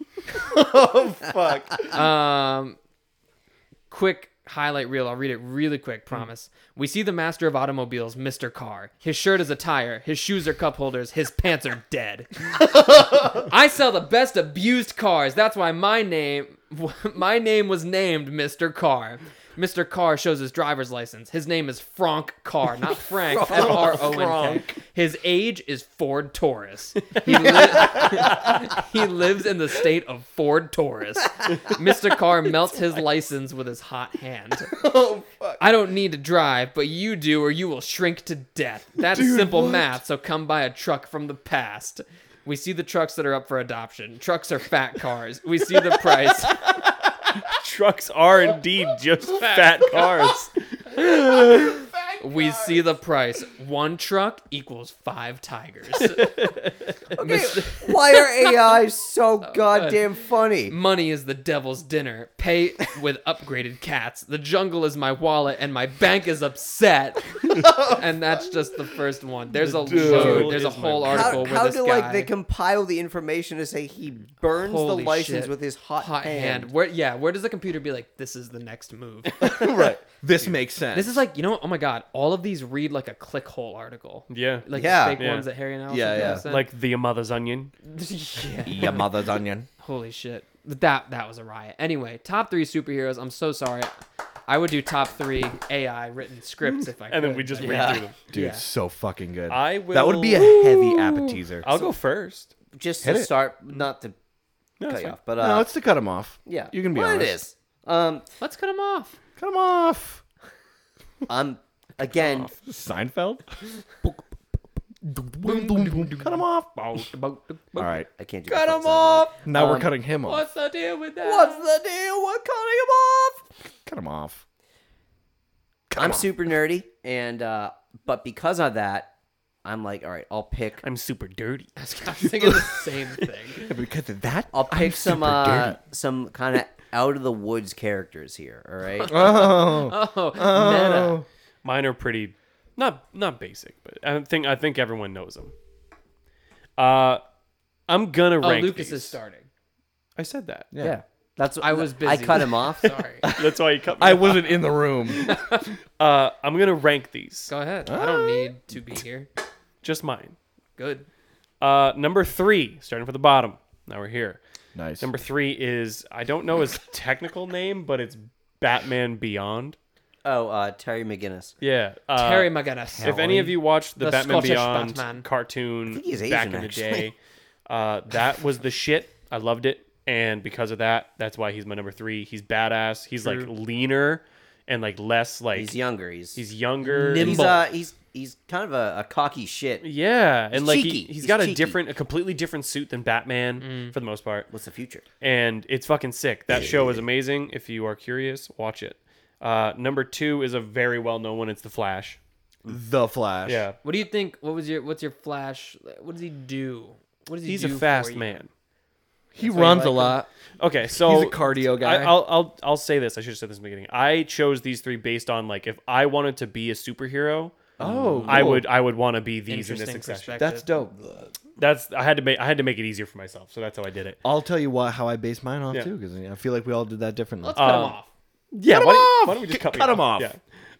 Oh,
fuck.
Um, quick highlight reel. I'll read it really quick.
Hmm.
Promise. We see the master of automobiles, Mister Carr. His shirt is a tire. His shoes are cup holders. His pants are dead. I sell the best abused cars. That's why my name, my name was named Mister Carr. Mr. Carr shows his driver's license. His name is Frank Carr, not Frank. F R O N K. His age is Ford Taurus. He li- he lives in the state of Ford Taurus. Mr. Carr melts his license with his hot hand. I don't need to drive, but you do, or you will shrink to death. That's simple math, so come buy a truck from the past. We see the trucks that are up for adoption. Trucks are fat cars. We see the price.
Trucks are indeed just fat cars.
We see the price. One truck equals five tigers. Mr.
Why are AI so goddamn funny?
Money is the devil's dinner. Pay with upgraded cats. The jungle is my wallet, and my bank is upset. and that's just the first one. There's a load. There's a
is my
whole
bank.
article
How,
with
how
this
do
guy.
like they compile the information to say he burns
Holy
the license
shit.
with his hot,
hot hand. Where yeah, where does the computer be like, this is the next move?
right. This makes sense.
this is like, you know, oh my god, all of these read like a clickhole article.
Yeah, like,
Like the
Yeah.
fake
Yeah.
ones that Harry and Allison
Yeah, yeah.
sent.
like the mother's onion.
yeah.
your mother's onion.
Holy shit. That that was a riot. Anyway, top three superheroes. I'm so sorry. I would do top three AI written scripts if I could.
And then we just
but-
read through them.
Dude,
Yeah.
so fucking good.
I will.
That would be a heavy appetizer.
I'll go first.
Just
Hit
to
it.
start, not to
No,
cut
it's
you
fine.
off, but uh,
no, it's to cut him off.
yeah,
you can be
well,
honest.
It is. Um,
Let's cut them off.
Cut him off.
I'm again.
Seinfeld. cut him off. All right.
I can't do
Cut
the
them
thumbs
off.
up.
Now we're cutting him off.
What's the deal with that?
What's the deal? We're cutting him off.
Cut him off.
I'm super nerdy, and uh, but because of that, I'm like, all right, I'll pick.
I'm super dirty.
I was thinking the same thing.
Because of that,
I'll pick some uh, some kind of out of the woods characters here. All right.
Oh,
Oh, meta.
oh.
Mine are pretty, not not basic, but I think I think everyone knows them. Uh, I'm gonna
Oh,
rank.
Lucas
these.
is starting.
I said that.
Yeah.
That's what
I was busy.
I cut him off.
Sorry.
That's why you cut me.
I
off.
wasn't in the room.
Uh, I'm gonna rank these.
Go ahead. I don't need to be here.
Just mine.
Good.
Uh, number three, starting from the bottom. Now we're here.
nice.
Number three is I don't know his technical name, but it's Batman Beyond.
Oh, uh, Terry McGinnis.
Yeah. Uh,
Harry Magadas.
if any of you watched the,
The
Batman
Scottish
Beyond
Batman.
cartoon
think he's Asian,
back in the
actually.
day, uh, that was the shit. I loved it, and because of that, that's why he's my number three. He's badass. He's like leaner and like less like
He's younger. He's
he's younger.
he's uh, he's he's kind of a, a cocky shit.
yeah, and like he,
cheeky.
he's
He's
got a
cheeky.
different, a completely different suit than Batman
Mm.
for the most part.
What's the future?
and it's fucking sick. That show is amazing. If you are curious, watch it. Uh, number two is a very well known one. It's The Flash.
the Flash.
Yeah,
What do you think? What was your? What's your flash? What does he do? What does he
he's
do?
a
for
fast
you?
man.
he runs
like
a
him?
lot.
Okay, so
He's a cardio guy.
I, I'll, I'll I'll say this. I should have said this in the beginning. I chose these three based on like if I wanted to be a superhero,
oh,
I
cool.
would I would want to be these in this
Interesting
succession.
perspective.
That's dope.
that's I had to make I had to make it easier for myself, so that's how I did it.
I'll tell you what how I base mine off
Yeah.
too, because I feel like we all did that differently.
Let's cut him
Um,
off.
Yeah,
Cut
why,
'em
don't-
off!
why don't we just
Get-
cut, me
cut 'em
off?
off.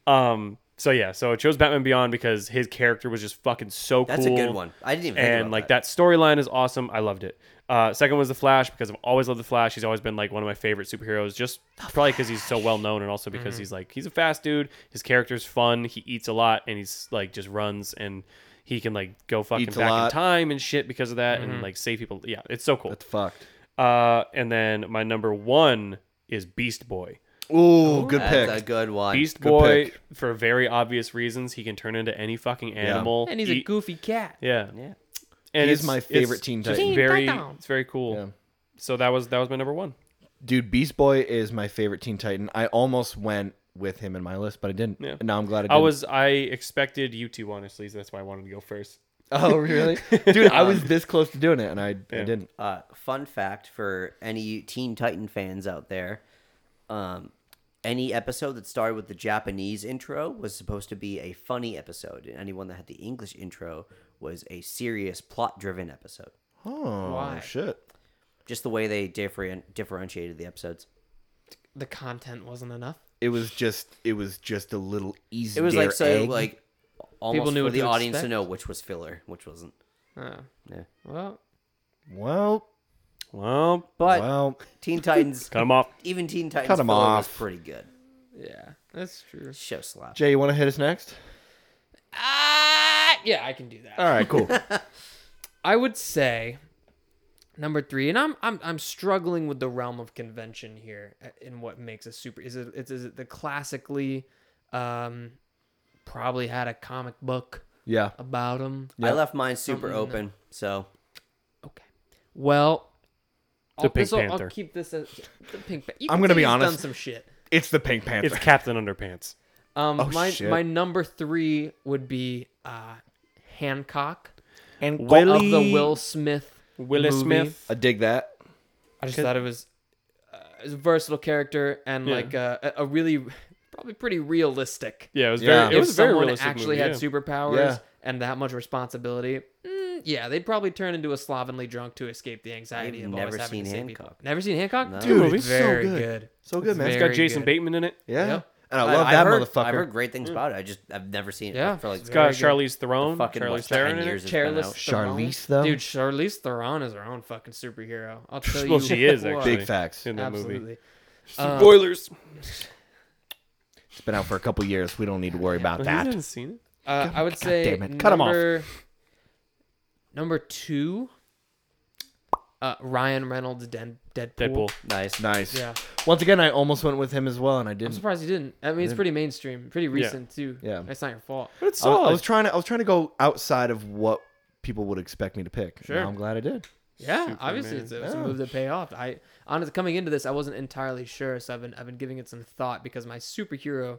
Yeah. Um. So yeah, so I chose Batman Beyond because his character was just fucking so cool.
That's a good one. I didn't even think
and
about
like that,
that.
storyline is awesome. I loved it. Uh, second was the Flash because I've always loved the Flash. He's always been like one of my favorite superheroes, just probably because he's so well known and also
Mm-hmm.
because he's like he's a fast dude. His character's fun. He eats a lot and he's like just runs and he can like go fucking
Eats a
back in
lot.
time and shit because of that
Mm-hmm.
and like save people. Yeah, it's so cool.
That's fucked.
Uh, and then my number one is Beast Boy.
Ooh, good
That's a
pick.
good one.
Beast
Good
Boy,
pick.
for very obvious reasons, he can turn into any fucking animal.
And he's a
eat-
goofy cat.
yeah,
Yeah.
And
He is
it's-
my
it's
favorite Teen
just
Titan.
Very,
Teen Titan.
it's very cool.
Yeah.
So that was that was my number one.
Dude, Beast Boy is my favorite Teen Titan. I almost went with him in my list, but I didn't.
Yeah.
And now I'm glad I did.
I was I expected you two honestly, so that's why I wanted to go first.
Oh, really? Dude, I was this close to doing it, and I, I didn't.
Uh, fun fact for any Teen Titan fans out there: um, any episode that started with the Japanese intro was supposed to be a funny episode, and anyone that had the English intro was a serious, plot-driven episode.
Oh,
Why?
shit.
Just the way they different differentiated the episodes.
The content wasn't enough.
It was just, it was just a little easy.
It was
dare
like so,
egg.
like almost
knew
for
what
the
to
audience to
expect.
know which was filler, which wasn't.
Oh.
Yeah.
Well,
well,
Well,
But
well,
Teen Titans,
cut him off.
even Teen Titans,
Cut 'em
filler was
off.
pretty good.
yeah, that's true.
Show slap.
Jay, you want to hit us next?
Ah, yeah, I can do that.
All right, cool.
I would say number three, and I'm I'm I'm struggling with the realm of convention here uh, in what makes a super is it is, is it the classically um probably had a comic book
yeah,
about him.
I left mine super open, so
Okay. Well, I'll-
Pink
this'll- I'll
Panther.
keep this as the Pink Panther.
I'm gonna be
Done
honest.
some shit.
it's the Pink Panther.
It's Captain Underpants.
Um,
Oh,
my
shit.
my number three would be uh, Hancock
and
of the Will Smith.
Willis
movie.
Smith.
I dig that.
I just thought it was, uh, it was a versatile character and
Yeah.
like uh, a, a really probably pretty realistic.
Yeah, it was
Yeah.
very it
if
was a very
someone
realistic movie,
actually had
yeah.
superpowers
Yeah.
and that much responsibility. mm, yeah, they'd probably turn into a slovenly drunk to escape the anxiety
I've
of
never
always
seen
having to save people.
Hancock.
Never seen Hancock?
Dude,
movie.
it's
very
so good. So good, man.
It's
very
got Jason
good.
Bateman.
Bateman in it.
Yeah.
Yep.
And I love
I- I
that
heard-
motherfucker.
I've heard great things about it. I just I've never seen it
Yeah,
for like
it's
It's got
Very good.
Charlize Theron.
fucking
Charlize
what, nine
Theron in
years
it.
it's been
Careless
out.
Theron.
Charlize, though?
Dude, Charlize Theron is her own fucking superhero. I'll tell
Well,
you.
she is
what.
actually
Big facts.
in that movie.
Absolutely.
Uh, Spoilers.
It's been out for a couple years. We don't need to worry about
You
that.
haven't seen it?
Uh, I would say
damn it. Cut 'em off.
number, Number two, uh, Ryan Reynolds' Den- Deadpool.
Deadpool.
Nice.
Nice.
Yeah.
Once again, I almost went with him as well, and I
I'm
didn't.
surprised you didn't. I mean, it's pretty mainstream, pretty recent too.
Yeah.
that's not your fault. Uh,
But it's
I, I
solid.
was trying to. I was trying to go outside of what people would expect me to pick. Sure. I'm glad I did.
Yeah, obviously it's a, it's a move that paid off. I honestly coming into this, I wasn't entirely sure, so I've been I've been giving it some thought because my superhero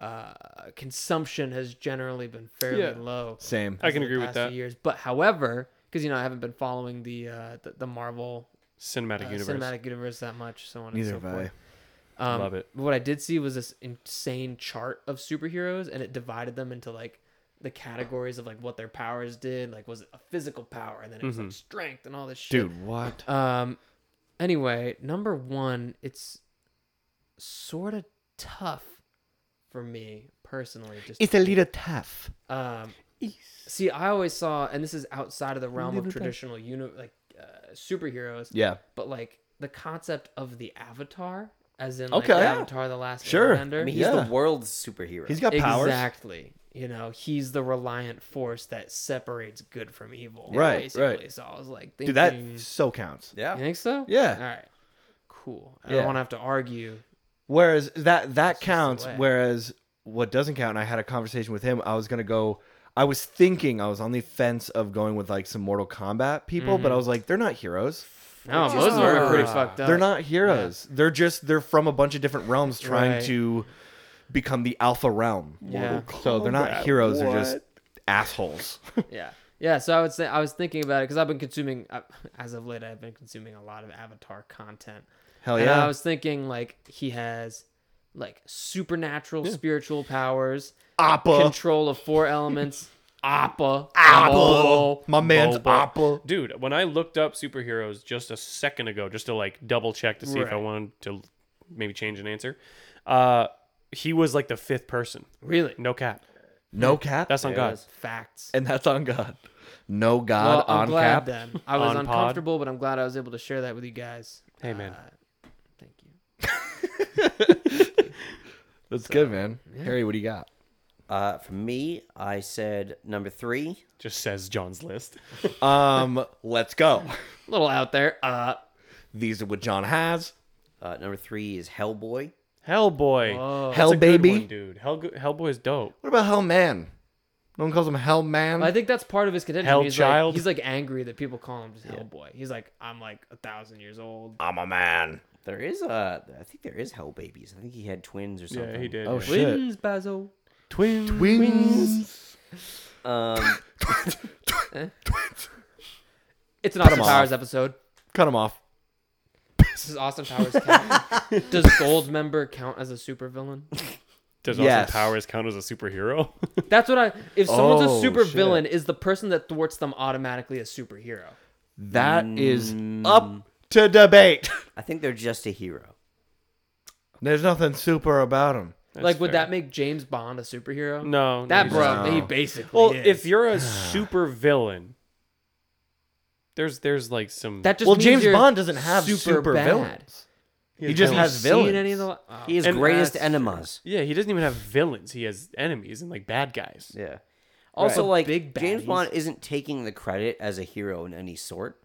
uh, consumption has generally been fairly
Yeah.
low.
Same.
I can
in the
agree with
past few
that.
Years, but however, because you know I haven't been following the uh, the, the Marvel
Cinematic
uh,
universe.
cinematic universe that much, so on
Neither
and so
have I.
forth. Um,
Love it.
but What I did see was this insane chart of superheroes, and it divided them into like the categories of like what their powers did. Like, was it a physical power, and then it was like strength and all this shit.
Mm-hmm. Dude, what?
Um. Anyway, number one, it's sort of tough for me personally. Just
a little tough.
um, see, I always saw, and this is outside of the realm of traditional uni- like uh, superheroes.
Yeah.
But like the concept of the Avatar, as in like,
Okay. Yeah.
Avatar: The Last
Sure.
Airbender.
I mean, he's
Yeah.
the world's superhero.
He's got powers.
Exactly. You know, he's the reliant force that separates good from evil.
Right,
Basically.
right.
So I was like,
Dude,
thinking,
that so counts.
yeah.
you think so?
Yeah.
All right. Cool. I
Yeah.
don't want to have to argue.
Whereas that that
the
counts.
way.
Whereas what doesn't count, and I had a conversation with him. I was gonna go. I was thinking I was on the fence of going with like some Mortal Kombat people,
Mm-hmm.
but I was like, they're not heroes.
No, most of them are pretty fucked up.
They're not heroes. They're just they're from a bunch of different realms trying
Right.
to become the alpha realm.
Yeah.
So they're not heroes. They're just assholes.
Yeah. Yeah, so I would say I was thinking about it because I've been consuming, uh, as of late, I've been consuming a lot of Avatar content.
Hell
and
yeah.
I was thinking like he has like supernatural spiritual powers,
Appa.
control of four elements, Appa. Oh.
Apple.
Mo-
My man's
Boba.
Apple.
Dude, when I looked up superheroes just a second ago, just to like double check to see if I
Right.
wanted to maybe change an answer, uh, he was like the fifth person.
Really?
No cap.
No cap.
That's on God.
is.
Facts.
and that's on God. No
Well,
God
I'm
on
glad
cap.
then. I was
On pod.
uncomfortable, but I'm glad I was able to share that with you guys.
Hey, man.
Thank you.
That's good, man. Harry, what do you got?
Uh, for me, I said number three.
Just says John's list.
Um, let's go.
A little out there. Uh,
These are what John has.
Uh, number three is Hellboy.
Hellboy.
oh.
Hell
That's a good
baby.
one, dude. Hell, Hellboy's dope.
What about Hell Man? No one calls him Hell Man.
I think that's part of his contention.
Hell
he's
child.
Like, he's like angry that people call him just Hellboy. He's like, I'm like a thousand years old.
I'm a man.
There is a, I think there is Hell babies. I think he had twins or something.
Yeah, he did.
Oh,
yeah.
shit.
Twins, Basil.
Twins.
Twins.
Um,
It's an Austin
him off.
Powers episode.
Cut him off.
This is Austin Powers. Count. Does Gold Member count as a supervillain?
Does
Yes.
Austin Powers count as a superhero?
That's what I. If someone's
Oh,
a
shit.
supervillain, is the person that thwarts them automatically a superhero?
That is
Mm.
up to debate.
I think they're just a hero.
There's nothing super about him.
like, would
fair.
that make James Bond a superhero?
no.
That
he's
bro,
No.
he basically.
Well,
is.
if you're a super villain, there's there's like some
that just
well,
means
James
you're
Bond doesn't have super,
super bad.
villains. He just
Have you
has villains.
Seen any of the? Oh,
He is
And
greatest
that's-
enemas.
yeah. He doesn't even have villains. He has enemies and like bad guys.
Yeah. Also,
Right.
like
Big
James
baddies.
Bond isn't taking the credit as a hero in any sort,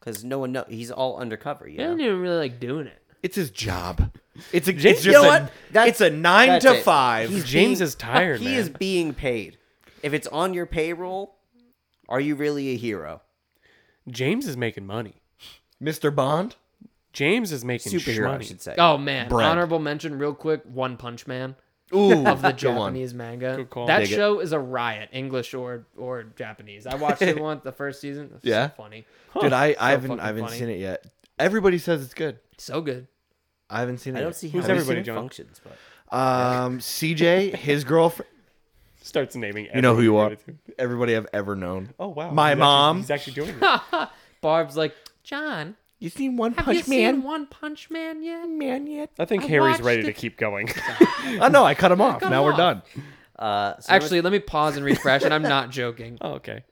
because no one know he's all undercover.
I
Yeah.
didn't even really like doing it.
It's his job. It's a.
James-
it's
You
just
know
a-
what? That's-
it's a nine
that's
to
it.
five.
He's- James is tired,
He
man.
is being paid. If it's on your payroll, are you really a hero?
James is making money.
Mr. Bond.
James is making
Superhero, I
shmoney.
should say.
Oh man,
Bread.
honorable mention, real quick. One Punch Man.
Ooh,
of the
good one.
Japanese manga.
Good call.
That
Dig it.
show is a riot, English or or Japanese. I watched it once, the first season. It's so
Yeah.
funny,
Dude, I, I haven't
fucking
I haven't
funny.
seen it yet. Everybody says it's good.
so good.
I haven't seen it.
I don't
yet.
see how
Who's
this
everybody, John?
functions, but
Um, CJ, his girlfriend.
Starts naming.
You know who you are.
everybody with you.
Everybody I've ever known.
Oh wow.
My
He's actually-
mom.
He's actually doing it.
Barb's like, John,
You seen One
have
Punch
you seen
Man?
One Punch Man yet?
Man yet?
I think
I
Harry's
watched
ready
it.
to keep going.
Oh no, I cut him off.
cut
now
him
we're
off.
done.
uh, so
Actually, let me pause and refresh, and I'm not joking.
oh okay.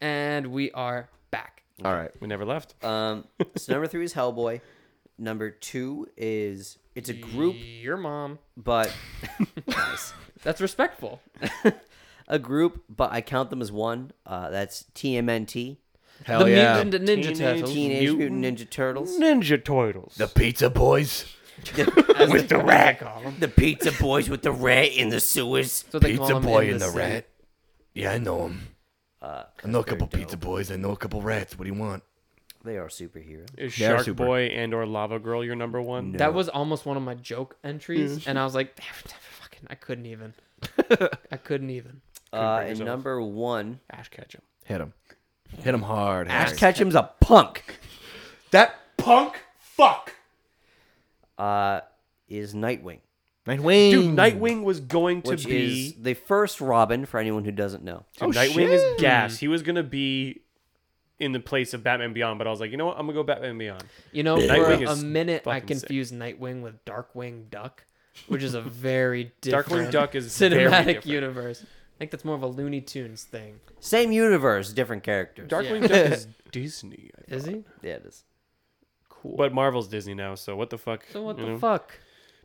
And we are back.
All right.
We never left.
um, so number three is Hellboy. Number two is it's a group,
Your mom.
but
That's respectful.
a group, but I count them as one. Uh, that's TMNT,
Hell
the
yeah.
Mutant Ninja
Teenage
Turtles.
Teenage
Mutant
Mutant Ninja Turtles.
Ninja Turtles.
The Pizza Boys.
That's what they call 'em.
The pizza boys with the rat in the sewers.
That's what they call 'em city.
Yeah, I know him. I know a couple Pizza Boys. I know a couple rats. What do you want?
They are superheroes.
is
They are
Shark
super.
Boy and or Lava Girl your number one?
That was almost one of my joke entries, and I was like, fucking, I couldn't even. I couldn't even.
Uh,
bring
and
yourself.
number one,
Ash Ketchum.
Hit him. Hit him hard.
Ash
Harry.
Ketchum's a punk.
That
Punk fuck.
Uh, is Nightwing,
Nightwing.
Dude, Nightwing was going to
which
be
is the first Robin for anyone who doesn't know.
Dude,
Oh,
Nightwing
shit.
is gas. He was gonna be in the place of Batman Beyond, but I was like, you know what? I'm gonna go Batman Beyond.
You know,
Nightwing
for a
is
minute, I
fucking sick.
confused Nightwing with Darkwing Duck, which is a very different
Darkwing Duck is very
cinematic
different.
universe. I think that's more of a Looney Tunes thing.
Same universe, different characters.
Darkwing Duck is Disney, I
Is he?
Yeah, it is.
Cool.
but Marvel's Disney now. So what the fuck?
so what
you
the
know?
fuck?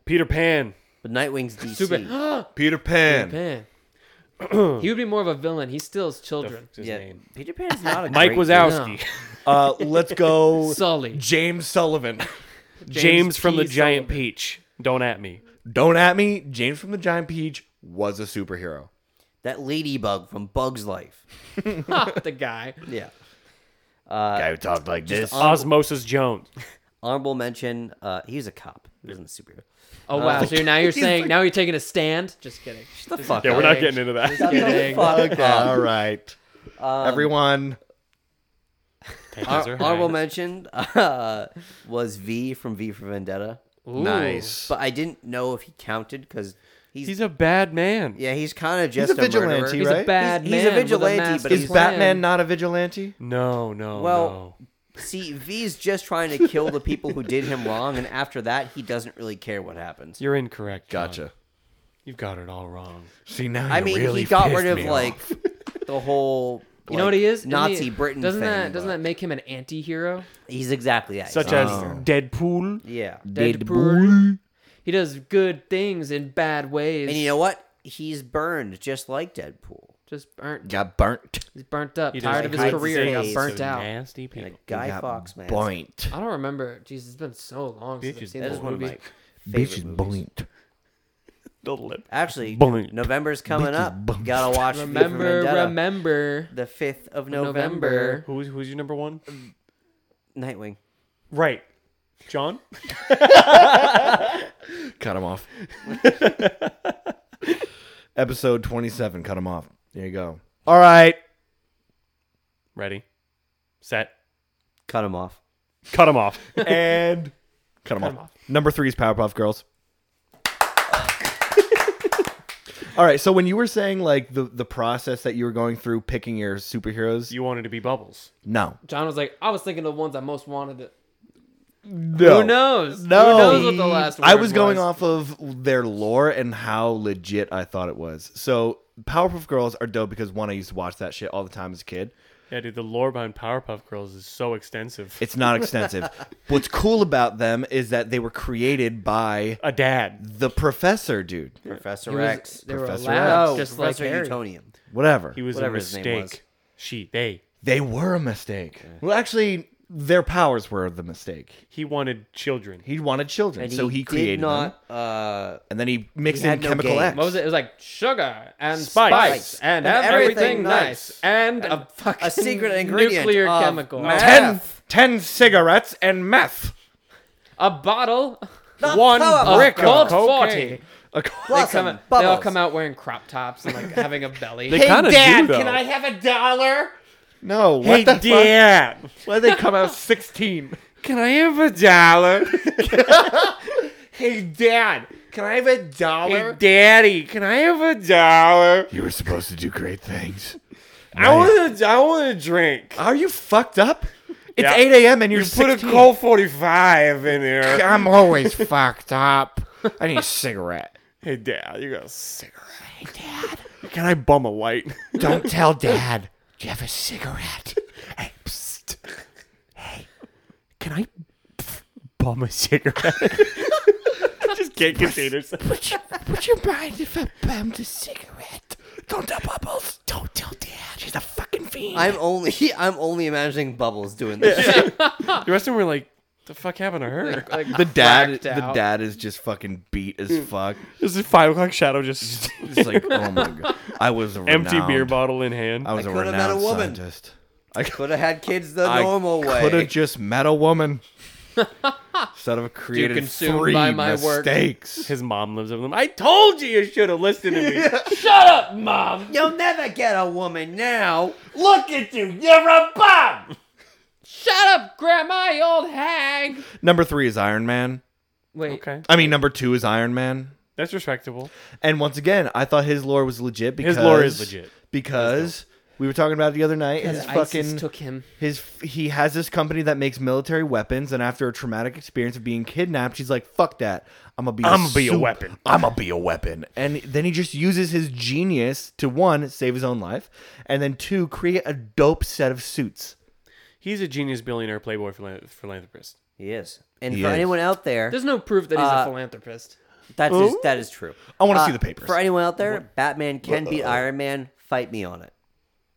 Peter Pan.
But Nightwing's DC.
Super
Peter Pan.
Pan. he would be more of a villain. He steals children.
What's his
yeah,
name?
Peter Pan's not a
Mike
great
Wazowski.
Uh, let's go.
Sully.
James Sullivan.
James, from the
P.
Giant
Sullivan.
Peach. Don't at me.
Don't at me. James from the Giant Peach was a superhero.
That ladybug from Bug's Life.
the guy.
Yeah.
Guy who talked like this.
Osmosis Jones.
Honorable mention. Uh, he was a cop. He wasn't a superhero.
Oh wow! So you're, now you're saying now you're taking a stand? Just kidding.
Shut the fuck
Yeah,
up.
we're not getting into that.
Just kidding.
okay,
Um,
all right. Everyone,
Our,
Honorable mention uh, was V from V for Vendetta.
Ooh.
nice.
But I didn't know if he counted because He's,
He's a bad man.
yeah, he's kind of
He's
just
a vigilante,
murderer.
He's
right?
a bad
He's-
man.
he's a
with
vigilante,
master
but
Is
he's-
plan.
Batman not a vigilante?
No, no,
Well,
no.
see, V's just trying to kill the people who did him wrong, and after that, he doesn't really care what happens.
You're incorrect. John.
Gotcha.
You've got it all wrong.
See now,
I
you
mean,
really
he got rid
pissed
of
me
like
off.
the whole.
You know what he is? In the-
Nazi Britain.
Doesn't
thing,
that doesn't
but
that make him an anti-hero?
He's exactly that.
Such
He's- uh,
as
Oh.
Deadpool.
yeah.
Deadpool. He does good things in bad ways.
And you know what? He's burned just like Deadpool.
just burnt.
got burnt.
He's burnt up.
He does
tired of his
great
hides
career. He got
days,
things
burnt
to
out.
Nasty
And a
people.
Guy
got
Fox man.
Boinked.
I don't remember. Jeez, it's been so long since I've
Bitches
seen
That
this
is one of
movie.
my
Bitch
favorite
is
movies.
boinked.
The lip.
Actually,
Boink.
November's coming
Bitches
up.
boink.
Gotta watch. V for
remember,
Vendetta.
remember.
The fifth of November.
November.
Who's who's your number one?
Nightwing.
Right. John?
Cut him off. Episode 27. Cut him off. There you go. All right.
Ready. Set.
Cut him off.
Cut him off.
And cut him off. Number three is Powerpuff Girls. All right. So when you were saying like the the process that you were going through picking your superheroes,
you wanted to be Bubbles.
no,
John was like, I was thinking of the ones I most wanted. To...
no,
Who knows?
No,
Who knows what the last one
I was going off of their lore and how legit I thought it was. So Powerpuff Girls are dope because one, I used to watch that shit all the time as a kid.
Yeah, dude, the lore behind Powerpuff Girls is so extensive.
It's not extensive. What's cool about them is that they were created by
a dad.
the professor, dude.
Professor
He was-
Rex.
They were
Professor
allowed,
Oh,
just like
Professor
Harry.
Utonium.
Whatever.
He was
Whatever
a
his name was.
mistake. She, they.
They were a mistake. Well, actually, their powers were the mistake.
He wanted children.
He wanted children,
And
so he,
he,
created
did
them,
not. Uh,
and then he mixed
he
in
had no
chemical
game.
X.
What was it? It was like sugar and
Spice.
spice, and,
And
have everything,
everything
nice and, a fucking
a secret ingredient
nuclear
of
chemical,
meth.
Ten, ten cigarettes and meth.
a bottle
One
Powerpuff
brick
of Colt
of
forty.
cocaine.
A-
They,
Blossom
come out, they all
Bubbles.
come out wearing crop tops and like having a belly.
They kind of do, though.
have a dollar?
no, what
hey,
the fuck?
dad.
Why did they come out sixteen?
Can I have a dollar?
Hey, Dad, can I have a dollar?
Daddy, can I have a dollar?
You were supposed to do great things.
I want a, I want a drink.
Are you fucked up? It's
Yeah.
eight a.m. and you're
You put a
16.
Colt 45 in there.
I'm always fucked up. I need a cigarette.
Hey, Dad, you got a cigarette. Hey, Dad. Can I bum a light?
Don't tell dad. Do you have a cigarette? Hey, psst.
Can I bum a cigarette? Just can't contain herself.
Would you, would you mind if I bummed a cigarette? Don't tell Bubbles. Don't tell dad. She's a fucking fiend.
I'm only. I'm only imagining Bubbles doing this.
The rest of them were like, the fuck happened to her?
Like,
the dad,
cracked
the
out.
dad is just fucking beat as fuck.
This is five o'clock shadow, just
It's like, oh my god, I was a
empty
renowned-
beer bottle in hand.
I was a
coulda met a
renowned
woman.
scientist.
Could have had kids the
I
normal way.
could have just met a woman. Instead of created
consumed
three
by my work.
mistakes.
His mom lives with him. I told you you should have listened to me.
You'll never get a woman now.
Look at you. You're a bum.
Shut up, Grandma, you old hag.
Number three is Iron Man.
Wait,
Okay,
I mean, number two is Iron Man.
that's respectable.
And once again, I thought his lore was legit because
His lore is legit.
because we were talking about it the other night. His
his ISIS
fucking
took him.
his he has this company that makes military weapons, and after a traumatic experience of being kidnapped, she's like, "Fuck that! I'm gonna be
I'mma be a
sup-
weapon."
I'ma be a weapon." And then he just uses his genius to one save his own life, and then two create a dope set of suits.
He's a genius billionaire playboy philan- philanthropist.
He is. And
He
for
is.
anyone out there,
There's no proof that he's
Uh,
a philanthropist.
that is that is true.
I want to
Uh,
see the papers.
For anyone out there, Batman can beat Iron Man. Fight me on it.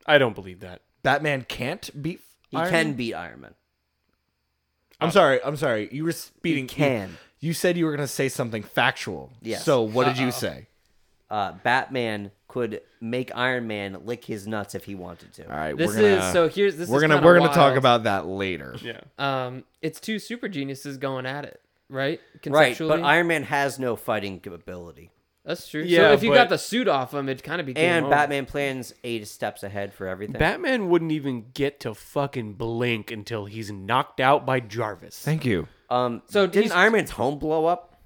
I don't believe that.
Batman can't beat.
He
Iron
can
Man?
beat Iron Man.
I'm sorry. I'm sorry. Oh. You were speeding.
He can.
You, said you were gonna say something factual.
Yes.
So what did you say?
Uh, Batman could make Iron Man lick his nuts if he wanted to.
All right.
This
we're gonna,
is so. Here's this.
we're
is
gonna
kinda
we're gonna talk
wild.
about that later.
Yeah.
Um, it's two super geniuses going at it, right?
Right,
Conceptually,
but Iron Man has no fighting ability.
that's true.
Yeah,
so if you
but-
got the suit off him, it'd kind of be game
And
over.
Batman plans eight steps ahead for everything.
Batman wouldn't even get to fucking blink until he's knocked out by Jarvis.
Thank you.
um,
So
so didn't
he's-
Iron Man's home blow up?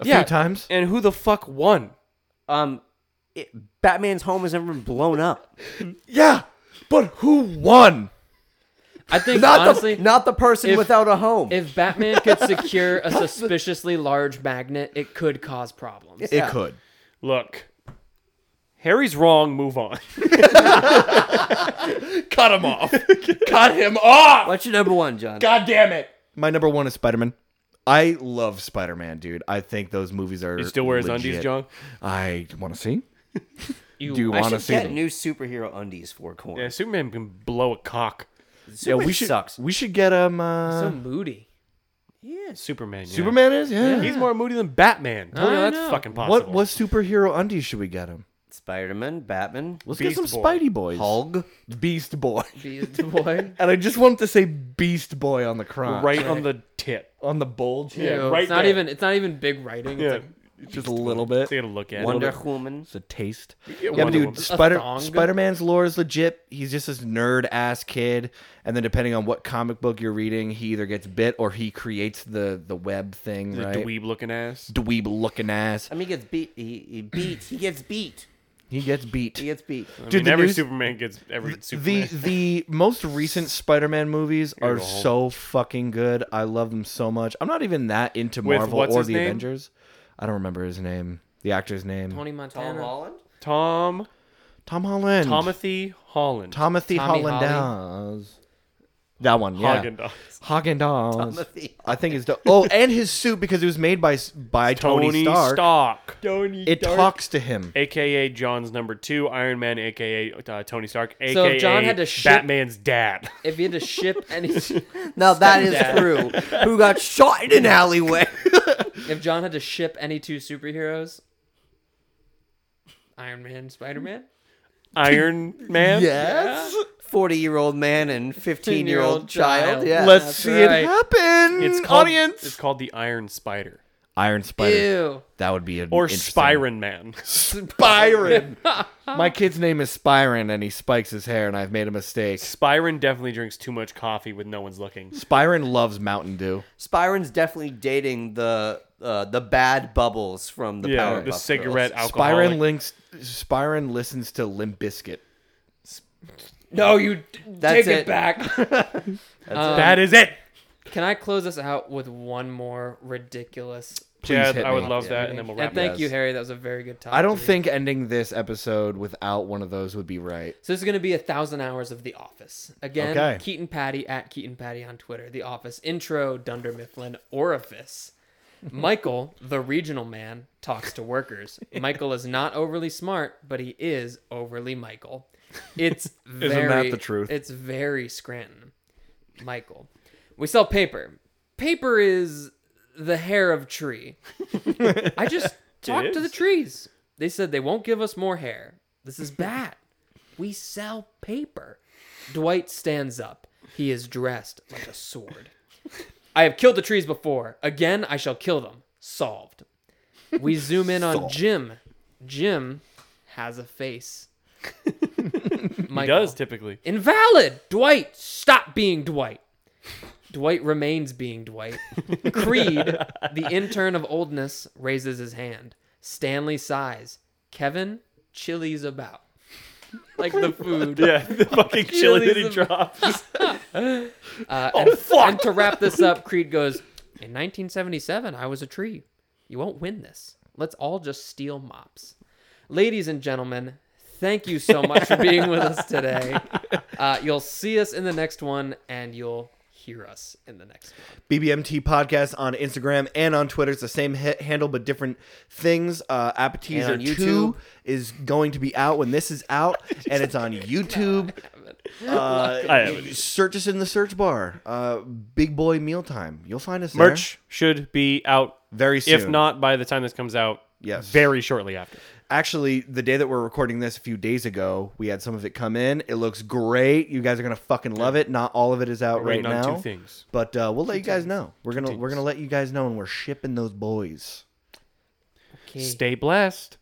A few times.
And who the fuck won?
Um, it, Batman's home has never been blown up.
Yeah, but who won?
I think
Not
honestly,
the not the person
if-
without a home.
if Batman could secure a suspiciously large magnet, it could cause problems.
Yeah.
It could.
Look, Harry's wrong. Move on.
Cut him off. Cut him off.
What's your number one, John?
God damn it.
My number one is Spider Man. I love Spider Man, dude. I think those movies are.
He still wears
legit.
undies, John.
I want to see.
You,
Do you
I
want to
should
see
get
them?
new superhero undies for corn.
Yeah, Superman can blow a cock.
yeah,
Superman
we should.
sucks.
We should get him. Uh,
so moody.
Superman. Yeah.
Superman is yeah.
He's more moody than Batman. Tell me
I
that's
know.
fucking possible.
what what superhero undies should we get him?
Spider-Man, Batman,
Let's get
Beast
some
Boy.
Spidey boys.
Hulk.
Beast Boy.
Beast boy.
And I just want to say Beast Boy on the crown,
right on the tip?
on the bulge.
Ew,
here.
right
it's not
there.
even it's not even big writing.
Yeah,
It's like
just a little bit.
so you gotta look at
Wonder
it.
Woman.
It's a taste.
Yeah,
Yeah,
Wonder Woman.
dude.
A
Spider
thong?
Spider Man's lore is legit. He's just this nerd ass kid, and then depending on what comic book you're reading, he either gets bit or he creates the the web thing,
The
right?
dweeb looking ass.
Dweeb looking ass.
I mean, he gets beat. He, he beat. He gets beat.
He gets beat.
He gets beat.
I
Dude,
mean,
the
every
news-
Superman gets every
The
Superman.
the most recent Spider-Man movies are
go home.
so fucking good. I love them so much. I'm not even that into
With
Marvel
what's
or
his
the
name?
Avengers. I don't remember his name. The actor's name.
Tony Montana.
Tom
Tom Holland.
Tomothy Holland.
Timothy
Tommy
Holland Dawes. That one, yeah.
Hagen Dazs.
Hagen Dawes.
Timothy.
I think it's the oh, and his suit because it was made by by Tony,
Tony
Stark.
Stark.
It talks to him.
AKA John's number two, Iron Man, AKA uh, Tony Stark, AKA
So if John had to ship-
Batman's dad.
If you had to ship any,
Now that is true. Who got shot in an alleyway?
if John had to ship any two superheroes, Iron Man, Spider Man,
Iron Man?
Yes.
Forty-year-old man and fifteen-year-old child.
child.
Yeah.
Let's
That's
see
right.
it happen.
It's called,
Mm, audience.
It's called the Iron Spider.
Iron Spider.
ew.
That would be an
Or
interesting-
Spiron Man.
Spiron. My kid's name is Spiron, and he spikes his hair, and I've made a mistake.
Spiron definitely drinks too much coffee when no one's looking.
Spiron loves Mountain Dew.
Spyron's definitely dating the uh, the bad bubbles from the
Yeah,
Powerpuff
the
Girls.
cigarette alcoholic.
Spiron links. Spiron listens to Limp Bizkit.
No, you
That's take it it.
back.
that is it.
Can I close this out with one more ridiculous?
Please
Jed,
hit
I would
me.
love that, and then we'll wrap
and thank
it
you, Harry. That was a very good time.
I don't think ending this episode without one of those would be right.
So this is going to be a thousand hours of The Office. Again,
Okay.
Keaton Patty at Keaton Patty on Twitter. The Office intro, Dunder Mifflin, Orifice. Michael, the regional man, talks to workers. Michael is not overly smart, but he is overly Michael. It's very,
that the truth?
It's very Scranton. Michael. We sell paper. Paper is the hair of tree. I just talked to the
is.
trees. They said they won't give us more hair. This is bad. we sell paper. Dwight stands up. He is dressed like a sword. I have killed the trees before. Again, I shall kill them. Solved. We zoom in on Jim. Jim has a face. Michael.
He does typically.
Invalid! Dwight, stop being Dwight. Dwight remains being Dwight. Creed, the intern of oldness, raises his hand. Stanley sighs. Kevin, chili's about. Like the food.
Yeah, the fucking chili that he
Chili's-
drops.
Uh, and, and to wrap this up, Creed goes, In 1977, I was a tree. You won't win this. Let's all just steal mops. Ladies and gentlemen, thank you so much for being with us today. Uh, you'll see us in the next one, and you'll hear us in the next one.
BBMT podcast on Instagram and on Twitter. It's the same hit handle but different things. Uh, Appetizer
And on YouTube.
Two is going to be out when this is out, and it's on YouTube.
I
Uh,
haven't either.
search us in the search bar. Uh, Big Boy Mealtime. You'll find us there.
Merch should be out
very soon.
If not by the time this comes out,
Yes.
very shortly after.
actually, the day that we're recording this, a few days ago, we had some of it come in. It looks great. You guys are gonna fucking love it. Not all of it is out right
Waiting on
now.
two things.
But uh, we'll let you guys know. We're gonna we're gonna let you guys know, and we're shipping those boys.
Okay.
Stay blessed.